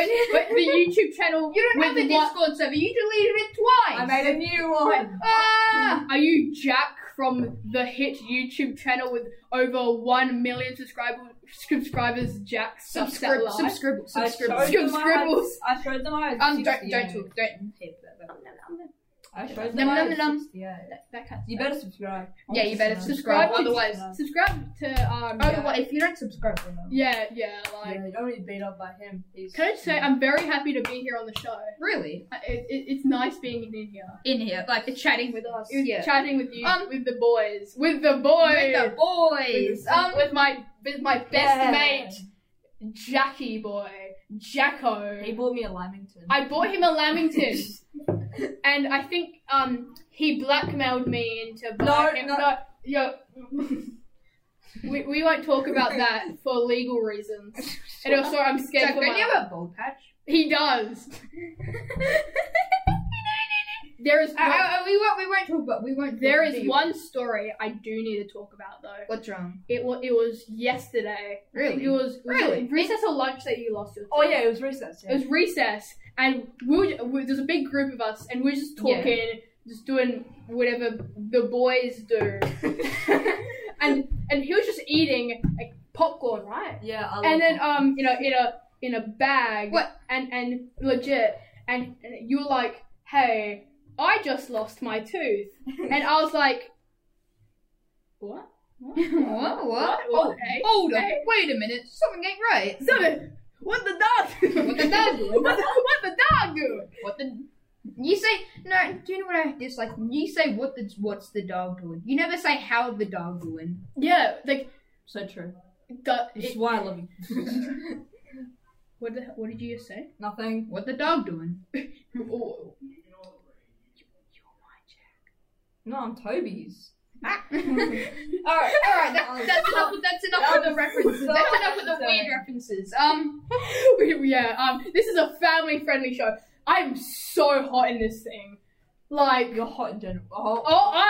[SPEAKER 4] the YouTube
[SPEAKER 2] Oh.
[SPEAKER 4] channel.
[SPEAKER 2] You don't have
[SPEAKER 4] with
[SPEAKER 2] a
[SPEAKER 4] what-
[SPEAKER 2] Discord server. You deleted it twice.
[SPEAKER 3] I made a new one.
[SPEAKER 2] Ah!
[SPEAKER 4] Are you Jack from the hit YouTube channel with over one million subscribers, subscribers Jack
[SPEAKER 2] Subscribe,
[SPEAKER 4] Subscribe,
[SPEAKER 2] subscribe,
[SPEAKER 3] I
[SPEAKER 2] subscribe.
[SPEAKER 3] showed them
[SPEAKER 4] Scribble,
[SPEAKER 3] my
[SPEAKER 4] scribble.
[SPEAKER 3] ads- I showed them my ads
[SPEAKER 2] Um, don't,
[SPEAKER 3] 68.
[SPEAKER 2] don't talk, don't.
[SPEAKER 3] I
[SPEAKER 2] Num,
[SPEAKER 3] showed them my
[SPEAKER 2] num,
[SPEAKER 3] ads
[SPEAKER 2] num.
[SPEAKER 3] 68.
[SPEAKER 4] That kind of
[SPEAKER 3] You better subscribe.
[SPEAKER 2] Yeah, you better
[SPEAKER 4] subscribe.
[SPEAKER 2] subscribe.
[SPEAKER 4] to-
[SPEAKER 2] Otherwise,
[SPEAKER 4] subscribe to um.
[SPEAKER 2] oh,
[SPEAKER 4] yeah.
[SPEAKER 2] well, if you don't subscribe, then um,
[SPEAKER 4] yeah, yeah, like.
[SPEAKER 3] Yeah, you don't need beat up by him. He's,
[SPEAKER 4] Can I just say, I'm very happy to be here on the show.
[SPEAKER 2] really
[SPEAKER 4] I- It, it, it's nice being in here.
[SPEAKER 2] in here, like chatting with us.
[SPEAKER 4] It was
[SPEAKER 2] Yeah,
[SPEAKER 4] Chatting with you,
[SPEAKER 2] Um,
[SPEAKER 4] with the boys, with the boys,
[SPEAKER 2] with the boys.
[SPEAKER 4] With-
[SPEAKER 2] Um,
[SPEAKER 4] with my with my best
[SPEAKER 2] yeah.
[SPEAKER 4] mate, Jackie boy, Jacko.
[SPEAKER 3] He bought me a Lamington.
[SPEAKER 4] I bought him a Lamington, [laughs] and I think um he blackmailed me into buying
[SPEAKER 3] No,
[SPEAKER 4] him.
[SPEAKER 3] no.
[SPEAKER 4] yo, [laughs] we, we won't talk about that for legal
[SPEAKER 2] [laughs]
[SPEAKER 4] reasons, and also I'm scared
[SPEAKER 2] Jack,
[SPEAKER 4] for
[SPEAKER 2] don't you
[SPEAKER 4] my.
[SPEAKER 2] have a bald patch? [laughs]
[SPEAKER 4] He does. there is
[SPEAKER 2] I,
[SPEAKER 4] one-
[SPEAKER 2] I, I- we won't, we won't talk about, we won't.
[SPEAKER 4] there
[SPEAKER 2] talk
[SPEAKER 4] is
[SPEAKER 2] about-
[SPEAKER 4] one story I do need to talk about though.
[SPEAKER 2] What's wrong?
[SPEAKER 4] It was it was yesterday. It
[SPEAKER 2] Really?
[SPEAKER 4] was, it was
[SPEAKER 2] Really?
[SPEAKER 4] recess or lunch that you lost your.
[SPEAKER 3] Oh yeah, it was recess.
[SPEAKER 4] It
[SPEAKER 3] Yeah.
[SPEAKER 4] was recess, and we were, we, there's a big group of us, and we we're just
[SPEAKER 2] Yeah.
[SPEAKER 4] talking, just doing whatever the boys
[SPEAKER 2] [laughs]
[SPEAKER 4] do, and and he was just eating like popcorn, right?
[SPEAKER 3] yeah, I
[SPEAKER 4] And then
[SPEAKER 3] love-
[SPEAKER 4] um, you know, in a in a bag,
[SPEAKER 2] What?
[SPEAKER 4] and and legit, and, and you were like, hey, I just lost my
[SPEAKER 2] [laughs]
[SPEAKER 4] tooth, and I was like, what?
[SPEAKER 2] what? What?
[SPEAKER 4] What?
[SPEAKER 2] Oh,
[SPEAKER 4] Hey,
[SPEAKER 2] hold on.
[SPEAKER 4] hey.
[SPEAKER 2] Wait a minute. Something ain't right. [laughs]
[SPEAKER 4] So, what the dog?
[SPEAKER 2] What the dog doing? [laughs]
[SPEAKER 4] what, the, what the dog doing?
[SPEAKER 2] What the? You say no. Do you know what I dislike? You say what the what's the dog doing? You never say how the dog doing.
[SPEAKER 4] Yeah, like
[SPEAKER 3] so true.
[SPEAKER 4] the.
[SPEAKER 3] This is
[SPEAKER 4] It,
[SPEAKER 3] why I love you.
[SPEAKER 4] what, the, what did you just say?
[SPEAKER 3] Nothing.
[SPEAKER 2] What the dog
[SPEAKER 4] [laughs]
[SPEAKER 2] doing?
[SPEAKER 4] Oh,
[SPEAKER 3] No, I'm Toby's.
[SPEAKER 2] Ah.
[SPEAKER 3] All right,
[SPEAKER 2] All right, that's, that's enough. That's enough with the references. That's enough with the weird references. Um,
[SPEAKER 4] [laughs] We- we- yeah. Um, this is a family-friendly show. I'm so hot in this thing. Like,
[SPEAKER 3] You're hot in general. Oh,
[SPEAKER 4] oh,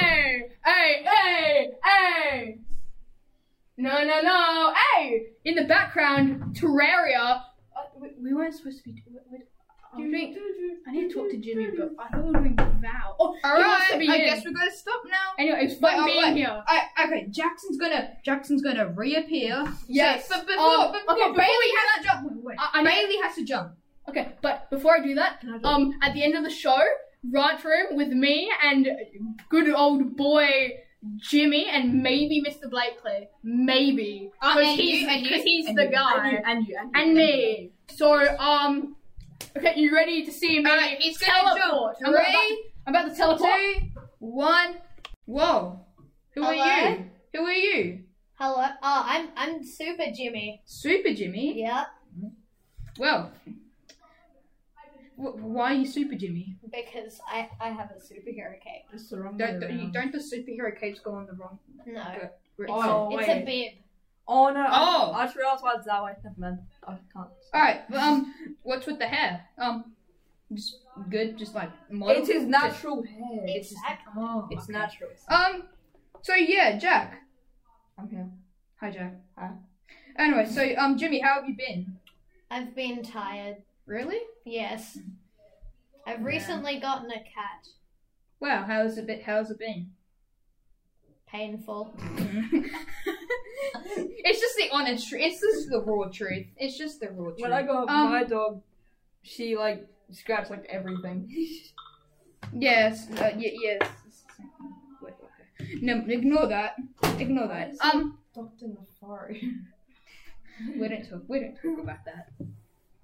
[SPEAKER 4] hey, hey, hey, hey, hey. No, no, no. Hey, in the background, Terraria. Uh, we, we weren't supposed to be. We, we, I was doing- I need to talk to Jimmy, but I thought we were doing Val. Oh,
[SPEAKER 2] all
[SPEAKER 4] he wants to
[SPEAKER 2] right.
[SPEAKER 4] be
[SPEAKER 2] I
[SPEAKER 4] in.
[SPEAKER 2] guess we gotta stop now.
[SPEAKER 4] Anyway, it's fun
[SPEAKER 2] Wait, oh,
[SPEAKER 4] being
[SPEAKER 2] wait.
[SPEAKER 4] here.
[SPEAKER 2] I, okay, Jackson's gonna Jackson's gonna reappear.
[SPEAKER 4] Yes.
[SPEAKER 2] but before, but
[SPEAKER 4] Um, okay,
[SPEAKER 2] before
[SPEAKER 4] before
[SPEAKER 2] Bailey
[SPEAKER 4] we-
[SPEAKER 2] has to jump. Wait, wait.
[SPEAKER 4] I, I know-
[SPEAKER 2] Bailey has to jump.
[SPEAKER 4] Okay, but before I do that,
[SPEAKER 2] Can I jump?
[SPEAKER 4] um, at the end of the show, Rant Room with me and good old boy Jimmy and maybe Mr. Blakely. Maybe.
[SPEAKER 2] Uh,
[SPEAKER 4] Because
[SPEAKER 2] and
[SPEAKER 4] he's,
[SPEAKER 2] you- and you-
[SPEAKER 4] 'cause he's
[SPEAKER 2] and
[SPEAKER 4] the
[SPEAKER 2] you-
[SPEAKER 4] guy.
[SPEAKER 3] and you, and you, and, you,
[SPEAKER 4] And me. So, um, okay, you ready to see me?
[SPEAKER 2] all right, he's gonna
[SPEAKER 4] teleport. I'm
[SPEAKER 2] jump.
[SPEAKER 4] about,
[SPEAKER 2] Three,
[SPEAKER 4] to, I'm about to teleport.
[SPEAKER 2] two, one. Whoa. Who are
[SPEAKER 5] Hello?
[SPEAKER 2] you? Who are you?
[SPEAKER 5] Hello. Oh, I'm I'm Super Jimmy.
[SPEAKER 2] Super Jimmy.
[SPEAKER 5] Yeah,
[SPEAKER 2] Well, wh- why are you Super Jimmy?
[SPEAKER 5] because I I have a superhero cape.
[SPEAKER 3] It's the wrong
[SPEAKER 2] Don't
[SPEAKER 3] way
[SPEAKER 2] don't, you,
[SPEAKER 3] around.
[SPEAKER 2] don't the superhero capes go on the wrong?
[SPEAKER 5] No,
[SPEAKER 2] Good.
[SPEAKER 3] Oh,
[SPEAKER 5] it's a bib.
[SPEAKER 3] Oh no!
[SPEAKER 2] Oh.
[SPEAKER 3] I, I just realized why it's that way. Never mind. I can't.
[SPEAKER 2] All right. well, Um, what's with the hair? Um, just good, just like model.
[SPEAKER 3] It is natural hair.
[SPEAKER 5] It's act-
[SPEAKER 2] Oh,
[SPEAKER 3] It's natural.
[SPEAKER 2] Um. So yeah, Jack.
[SPEAKER 3] I'm here.
[SPEAKER 2] Hi, Jack.
[SPEAKER 3] Hi.
[SPEAKER 2] Anyway, so um, Jimmy, how have you been?
[SPEAKER 5] I've been tired.
[SPEAKER 2] Really?
[SPEAKER 5] Yes, I've recently gotten a cat.
[SPEAKER 2] Wow. How's it? Been, how's it been?
[SPEAKER 5] Painful.
[SPEAKER 2] [laughs] it's just the honest truth. It's just the raw truth. It's just the raw truth.
[SPEAKER 3] When I got
[SPEAKER 2] Um,
[SPEAKER 3] my dog, she like scratched like everything. [laughs]
[SPEAKER 2] Yes, uh, y- yes. Wait, okay. No, ignore that. Ignore that. Um,
[SPEAKER 3] Doctor Nafari.
[SPEAKER 2] we don't talk. We don't talk about that.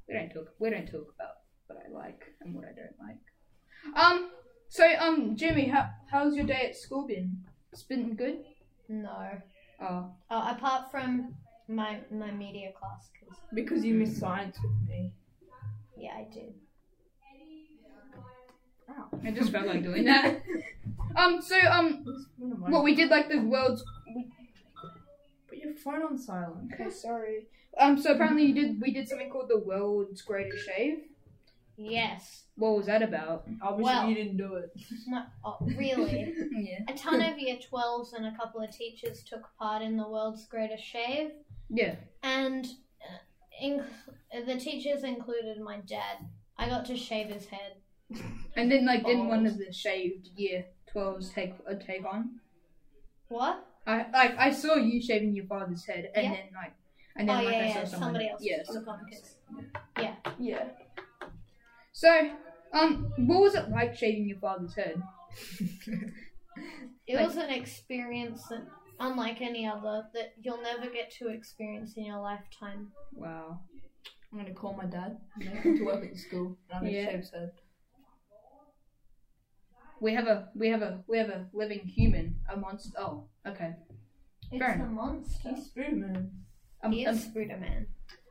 [SPEAKER 2] We don't talk. We don't talk about what I like and what I don't like. Um. So, um, Jimmy, how how's your day at school been? It's been good.
[SPEAKER 5] No.
[SPEAKER 2] Oh,
[SPEAKER 5] Oh, apart from my my media class, because
[SPEAKER 3] Because
[SPEAKER 2] Mm.
[SPEAKER 3] you missed science with me.
[SPEAKER 5] yeah, I did.
[SPEAKER 2] I just felt like
[SPEAKER 3] [laughs]
[SPEAKER 2] doing that. Um. So, um,
[SPEAKER 3] Never mind.
[SPEAKER 2] what we did like the world's.
[SPEAKER 3] Put your phone on silent.
[SPEAKER 2] Okay, sorry. Um. So apparently, you did. We did something called the world's greatest shave.
[SPEAKER 5] Yes.
[SPEAKER 2] What was that about?
[SPEAKER 3] Obviously
[SPEAKER 5] Well.
[SPEAKER 3] you didn't do it.
[SPEAKER 5] No. Oh, really?
[SPEAKER 2] [laughs] Yeah.
[SPEAKER 5] a ton of year twelves and a couple of teachers took part in the world's greatest shave.
[SPEAKER 2] Yeah.
[SPEAKER 5] and uh, in- the teachers included my dad. I got to shave his head.
[SPEAKER 2] And then, like, didn't one
[SPEAKER 5] Balls.
[SPEAKER 2] of the shaved year 12s take uh, take on?
[SPEAKER 5] What?
[SPEAKER 2] I like I saw you shaving your father's head, and
[SPEAKER 5] Yeah.
[SPEAKER 2] then like, and then
[SPEAKER 5] oh
[SPEAKER 2] like
[SPEAKER 5] yeah,
[SPEAKER 2] I
[SPEAKER 5] yeah.
[SPEAKER 2] saw someone.
[SPEAKER 5] Somebody else.
[SPEAKER 2] Yeah,
[SPEAKER 5] took
[SPEAKER 2] someone
[SPEAKER 5] on
[SPEAKER 2] else.
[SPEAKER 5] because-
[SPEAKER 3] Yeah.
[SPEAKER 2] So, um, what was it like shaving your father's head? [laughs]
[SPEAKER 5] It
[SPEAKER 2] Like-
[SPEAKER 5] was an experience that, unlike any other, that you'll never get to experience in your lifetime.
[SPEAKER 2] Wow.
[SPEAKER 3] I'm gonna call my dad. [laughs] I'm gonna come to work at the school. And I'm gonna
[SPEAKER 2] Yeah.
[SPEAKER 3] shave his head.
[SPEAKER 2] We have a we have a we have a living human, a monster. Oh, okay.
[SPEAKER 5] It's
[SPEAKER 2] Fair
[SPEAKER 5] a monster.
[SPEAKER 3] He's spoon
[SPEAKER 2] Um,
[SPEAKER 5] He
[SPEAKER 2] um,
[SPEAKER 5] is Spooder Man.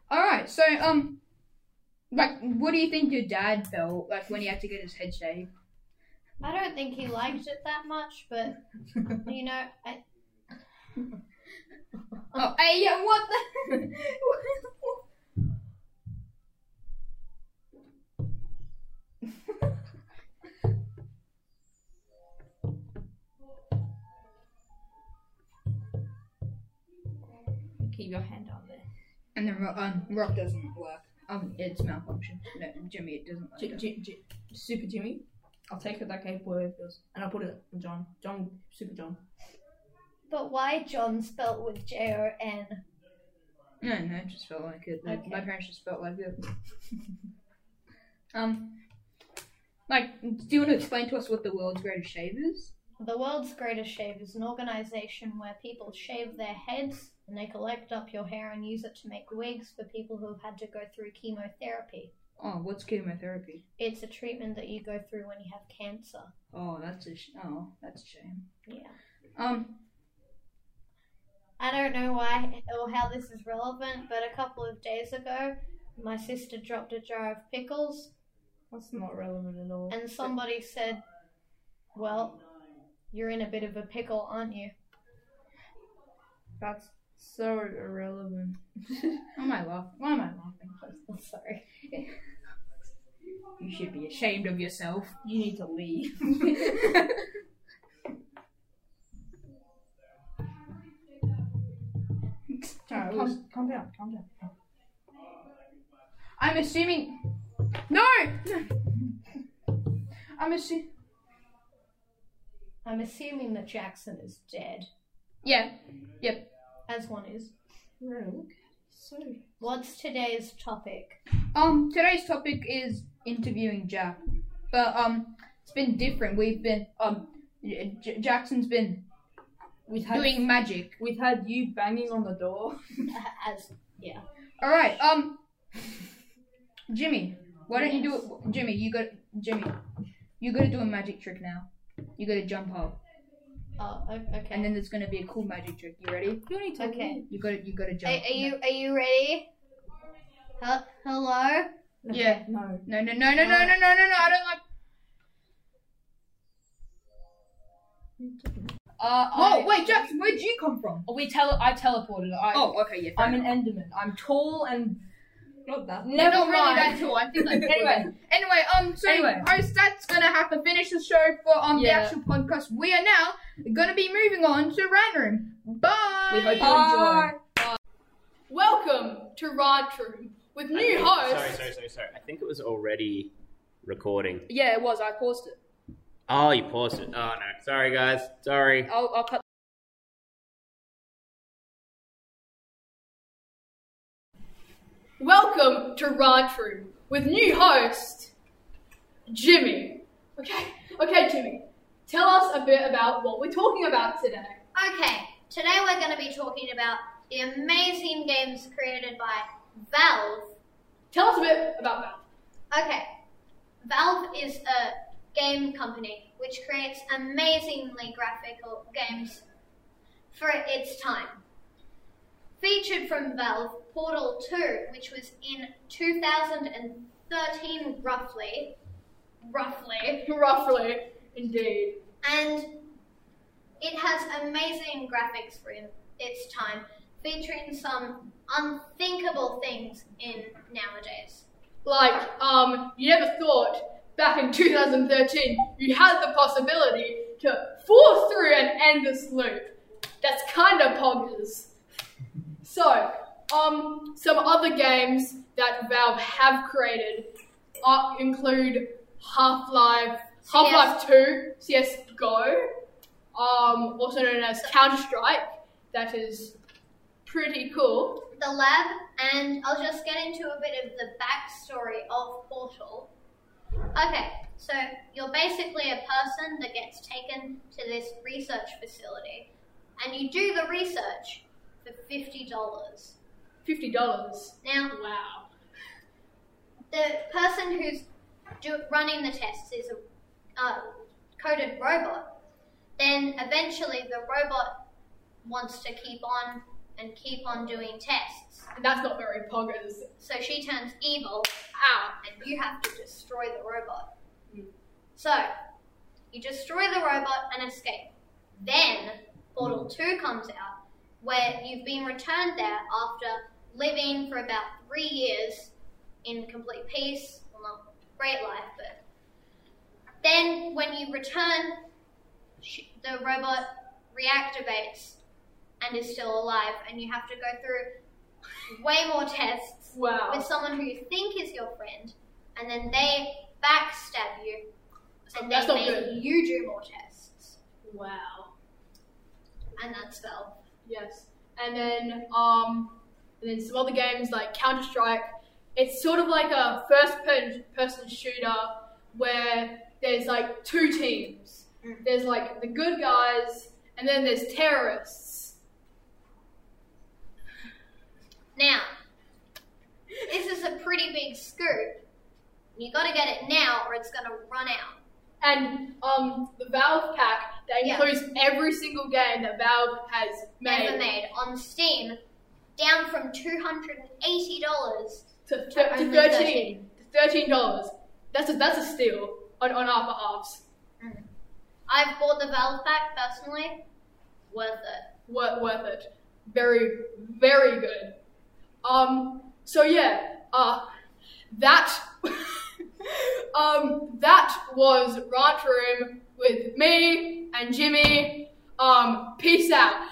[SPEAKER 2] all right. So, um, like, what do you think your dad felt like when he had to get his head shaved?
[SPEAKER 5] I don't think he liked it that much,
[SPEAKER 2] [laughs]
[SPEAKER 5] but you know, I,
[SPEAKER 2] Oh, hey, yeah, what the?
[SPEAKER 3] Keep your hand on there.
[SPEAKER 2] and then Ro- um, rock doesn't work. Um, it's malfunction. No, Jimmy, it doesn't work.
[SPEAKER 3] J- J- J- Super Jimmy. I'll take her that cave where it feels. And I'll put it on John. John, Super John.
[SPEAKER 5] but why John spelt with J O N?
[SPEAKER 2] No, no, it just felt like it. Like, My
[SPEAKER 5] Okay.
[SPEAKER 2] parents just felt like it. [laughs] um, like, do you want to explain to us what the world's greatest shave is?
[SPEAKER 5] The world's greatest shave is an organization where people shave their heads and they collect up your hair and use it to make wigs for people who have had to go through chemotherapy.
[SPEAKER 2] Oh, what's chemotherapy?
[SPEAKER 5] It's a treatment that you go through when you have cancer.
[SPEAKER 2] Oh, that's a sh- oh, that's a shame.
[SPEAKER 5] Yeah.
[SPEAKER 2] Um,
[SPEAKER 5] I don't know why or how this is relevant, but a couple of days ago, my sister dropped a jar of pickles,
[SPEAKER 3] That's not relevant at all.
[SPEAKER 5] and somebody said, Well, you're in a bit of a pickle, aren't you? [laughs]
[SPEAKER 3] That's so irrelevant.
[SPEAKER 2] why am I laughing? Why am I laughing?
[SPEAKER 5] I'm sorry.
[SPEAKER 2] You should be ashamed of yourself.
[SPEAKER 3] You need to leave. Alright, we'll just- calm down, calm down.
[SPEAKER 2] I'm assuming. No. I'm assuming.
[SPEAKER 5] I'm assuming that Jackson is dead,
[SPEAKER 2] Yeah.
[SPEAKER 5] as one is.
[SPEAKER 3] Really? Look. So.
[SPEAKER 5] What's today's topic? [laughs]
[SPEAKER 2] Um, today's topic is interviewing Jack, but um, it's been different. We've been um, J- J- Jackson's been
[SPEAKER 3] We've had,
[SPEAKER 2] doing magic.
[SPEAKER 3] we've had you banging on the door.
[SPEAKER 5] As
[SPEAKER 2] All right. Um, Jimmy, why don't you do it? Jimmy, you got Jimmy. You got to do a magic trick now. You got to jump up,
[SPEAKER 5] oh, o- okay.
[SPEAKER 2] and then there's gonna be a cool magic trick. You ready?
[SPEAKER 3] You need to
[SPEAKER 5] okay.
[SPEAKER 2] You got to You got to
[SPEAKER 5] Are,
[SPEAKER 2] jump.
[SPEAKER 5] are you are you ready? Hel- Hello.
[SPEAKER 3] leave.
[SPEAKER 2] Yeah.
[SPEAKER 3] No.
[SPEAKER 2] No, no, no, no, no, no, no, no, no. I don't like.
[SPEAKER 1] Uh,
[SPEAKER 2] Oh
[SPEAKER 1] I-
[SPEAKER 2] wait, Jackson, where'd you come from?
[SPEAKER 1] We tele- I teleported. I,
[SPEAKER 2] Oh, okay, yeah. fair
[SPEAKER 1] I'm an
[SPEAKER 2] enough.
[SPEAKER 1] Enderman. I'm tall and
[SPEAKER 3] Not that.
[SPEAKER 1] never
[SPEAKER 2] not [laughs] really
[SPEAKER 1] mind.
[SPEAKER 2] that tall. I think
[SPEAKER 4] [laughs]
[SPEAKER 2] like
[SPEAKER 1] Anyway.
[SPEAKER 2] Anyway, um, so
[SPEAKER 1] Anyway.
[SPEAKER 2] host, that's gonna have to finish the show for um
[SPEAKER 1] Yeah.
[SPEAKER 2] the actual podcast. We are now gonna be moving on to Rant Room. Bye.
[SPEAKER 1] We hope you
[SPEAKER 2] Bye.
[SPEAKER 1] enjoy.
[SPEAKER 4] Welcome to Rant Room with new host.
[SPEAKER 6] Sorry, sorry, sorry, sorry. I think it was already recording.
[SPEAKER 1] Yeah, it was. I paused it.
[SPEAKER 6] Oh, you paused it. Oh no. Sorry, guys. Sorry.
[SPEAKER 1] I'll, I'll cut.
[SPEAKER 4] Welcome to Rant Room with new host Jimmy. Okay, okay, Jimmy. Tell us a bit about what we're talking about today.
[SPEAKER 5] Okay, today we're going to be talking about the amazing games created by Valve.
[SPEAKER 4] Tell us a bit about that.
[SPEAKER 5] Okay, Valve is a game company which creates amazingly graphical games for its time. Featured from Valve, Portal 2, which was in 2013 roughly, roughly,
[SPEAKER 4] Roughly, indeed.
[SPEAKER 5] and it has amazing graphics for its time, featuring some unthinkable things in nowadays.
[SPEAKER 4] Like, um, you never thought back in 2013 you had the possibility to force through an endless loop. That's kind of poggers. So, um, some other games that Valve have created uh, include Half-Life, Half-Life 2, CS GO, um, also known as Counter Strike. That is pretty cool.
[SPEAKER 5] the lab, and I'll just get into a bit of the backstory of Portal. Okay, so you're basically a person that gets taken to this research facility, and you do the research for $50.
[SPEAKER 4] Fifty dollars.
[SPEAKER 5] Now,
[SPEAKER 4] Wow.
[SPEAKER 5] the person who's do, running the tests is a uh, coded robot, then eventually the robot wants to keep on and keep on doing tests.
[SPEAKER 4] And that's not very poggers.
[SPEAKER 5] So she turns evil
[SPEAKER 4] Ow.
[SPEAKER 5] and you have to destroy the robot.
[SPEAKER 4] Mm.
[SPEAKER 5] So, you destroy the robot and escape. Then, Portal 2 comes out, where you've been returned there after living for about three years in complete peace. Well, not great life, but. Then, when you return, sh the robot reactivates and is still alive, and you have to go through way more tests with
[SPEAKER 4] Wow.
[SPEAKER 5] someone who you think is your friend, and then they backstab you, and
[SPEAKER 4] That's
[SPEAKER 5] they
[SPEAKER 4] not
[SPEAKER 5] make
[SPEAKER 4] good.
[SPEAKER 5] you do more tests,
[SPEAKER 4] Wow.
[SPEAKER 5] and that's Valve.
[SPEAKER 4] Yes. And then um, and then some other games like Counter Strike. It's sort of like a first per- person shooter where there's like two teams.
[SPEAKER 5] Mm.
[SPEAKER 4] There's like the good guys, and then there's terrorists.
[SPEAKER 5] Now, this is a pretty big scoop. You got to get it now, or it's gonna run out.
[SPEAKER 4] And um, the Valve pack that
[SPEAKER 5] Yeah.
[SPEAKER 4] includes every single game that Valve has
[SPEAKER 5] Never
[SPEAKER 4] made
[SPEAKER 5] made on Steam, down from two hundred and eighty dollars
[SPEAKER 4] to,
[SPEAKER 5] to
[SPEAKER 4] to, to
[SPEAKER 5] only
[SPEAKER 4] thirteen. Thirteen dollars. That's a that's a steal on, on our behalves.
[SPEAKER 5] I've bought the Valve pack personally. Worth it.
[SPEAKER 4] Worth worth it. Very very good. Um. So yeah. Uh. That. [laughs] um. That was Ranch Room with me and Jimmy. Um. Peace out.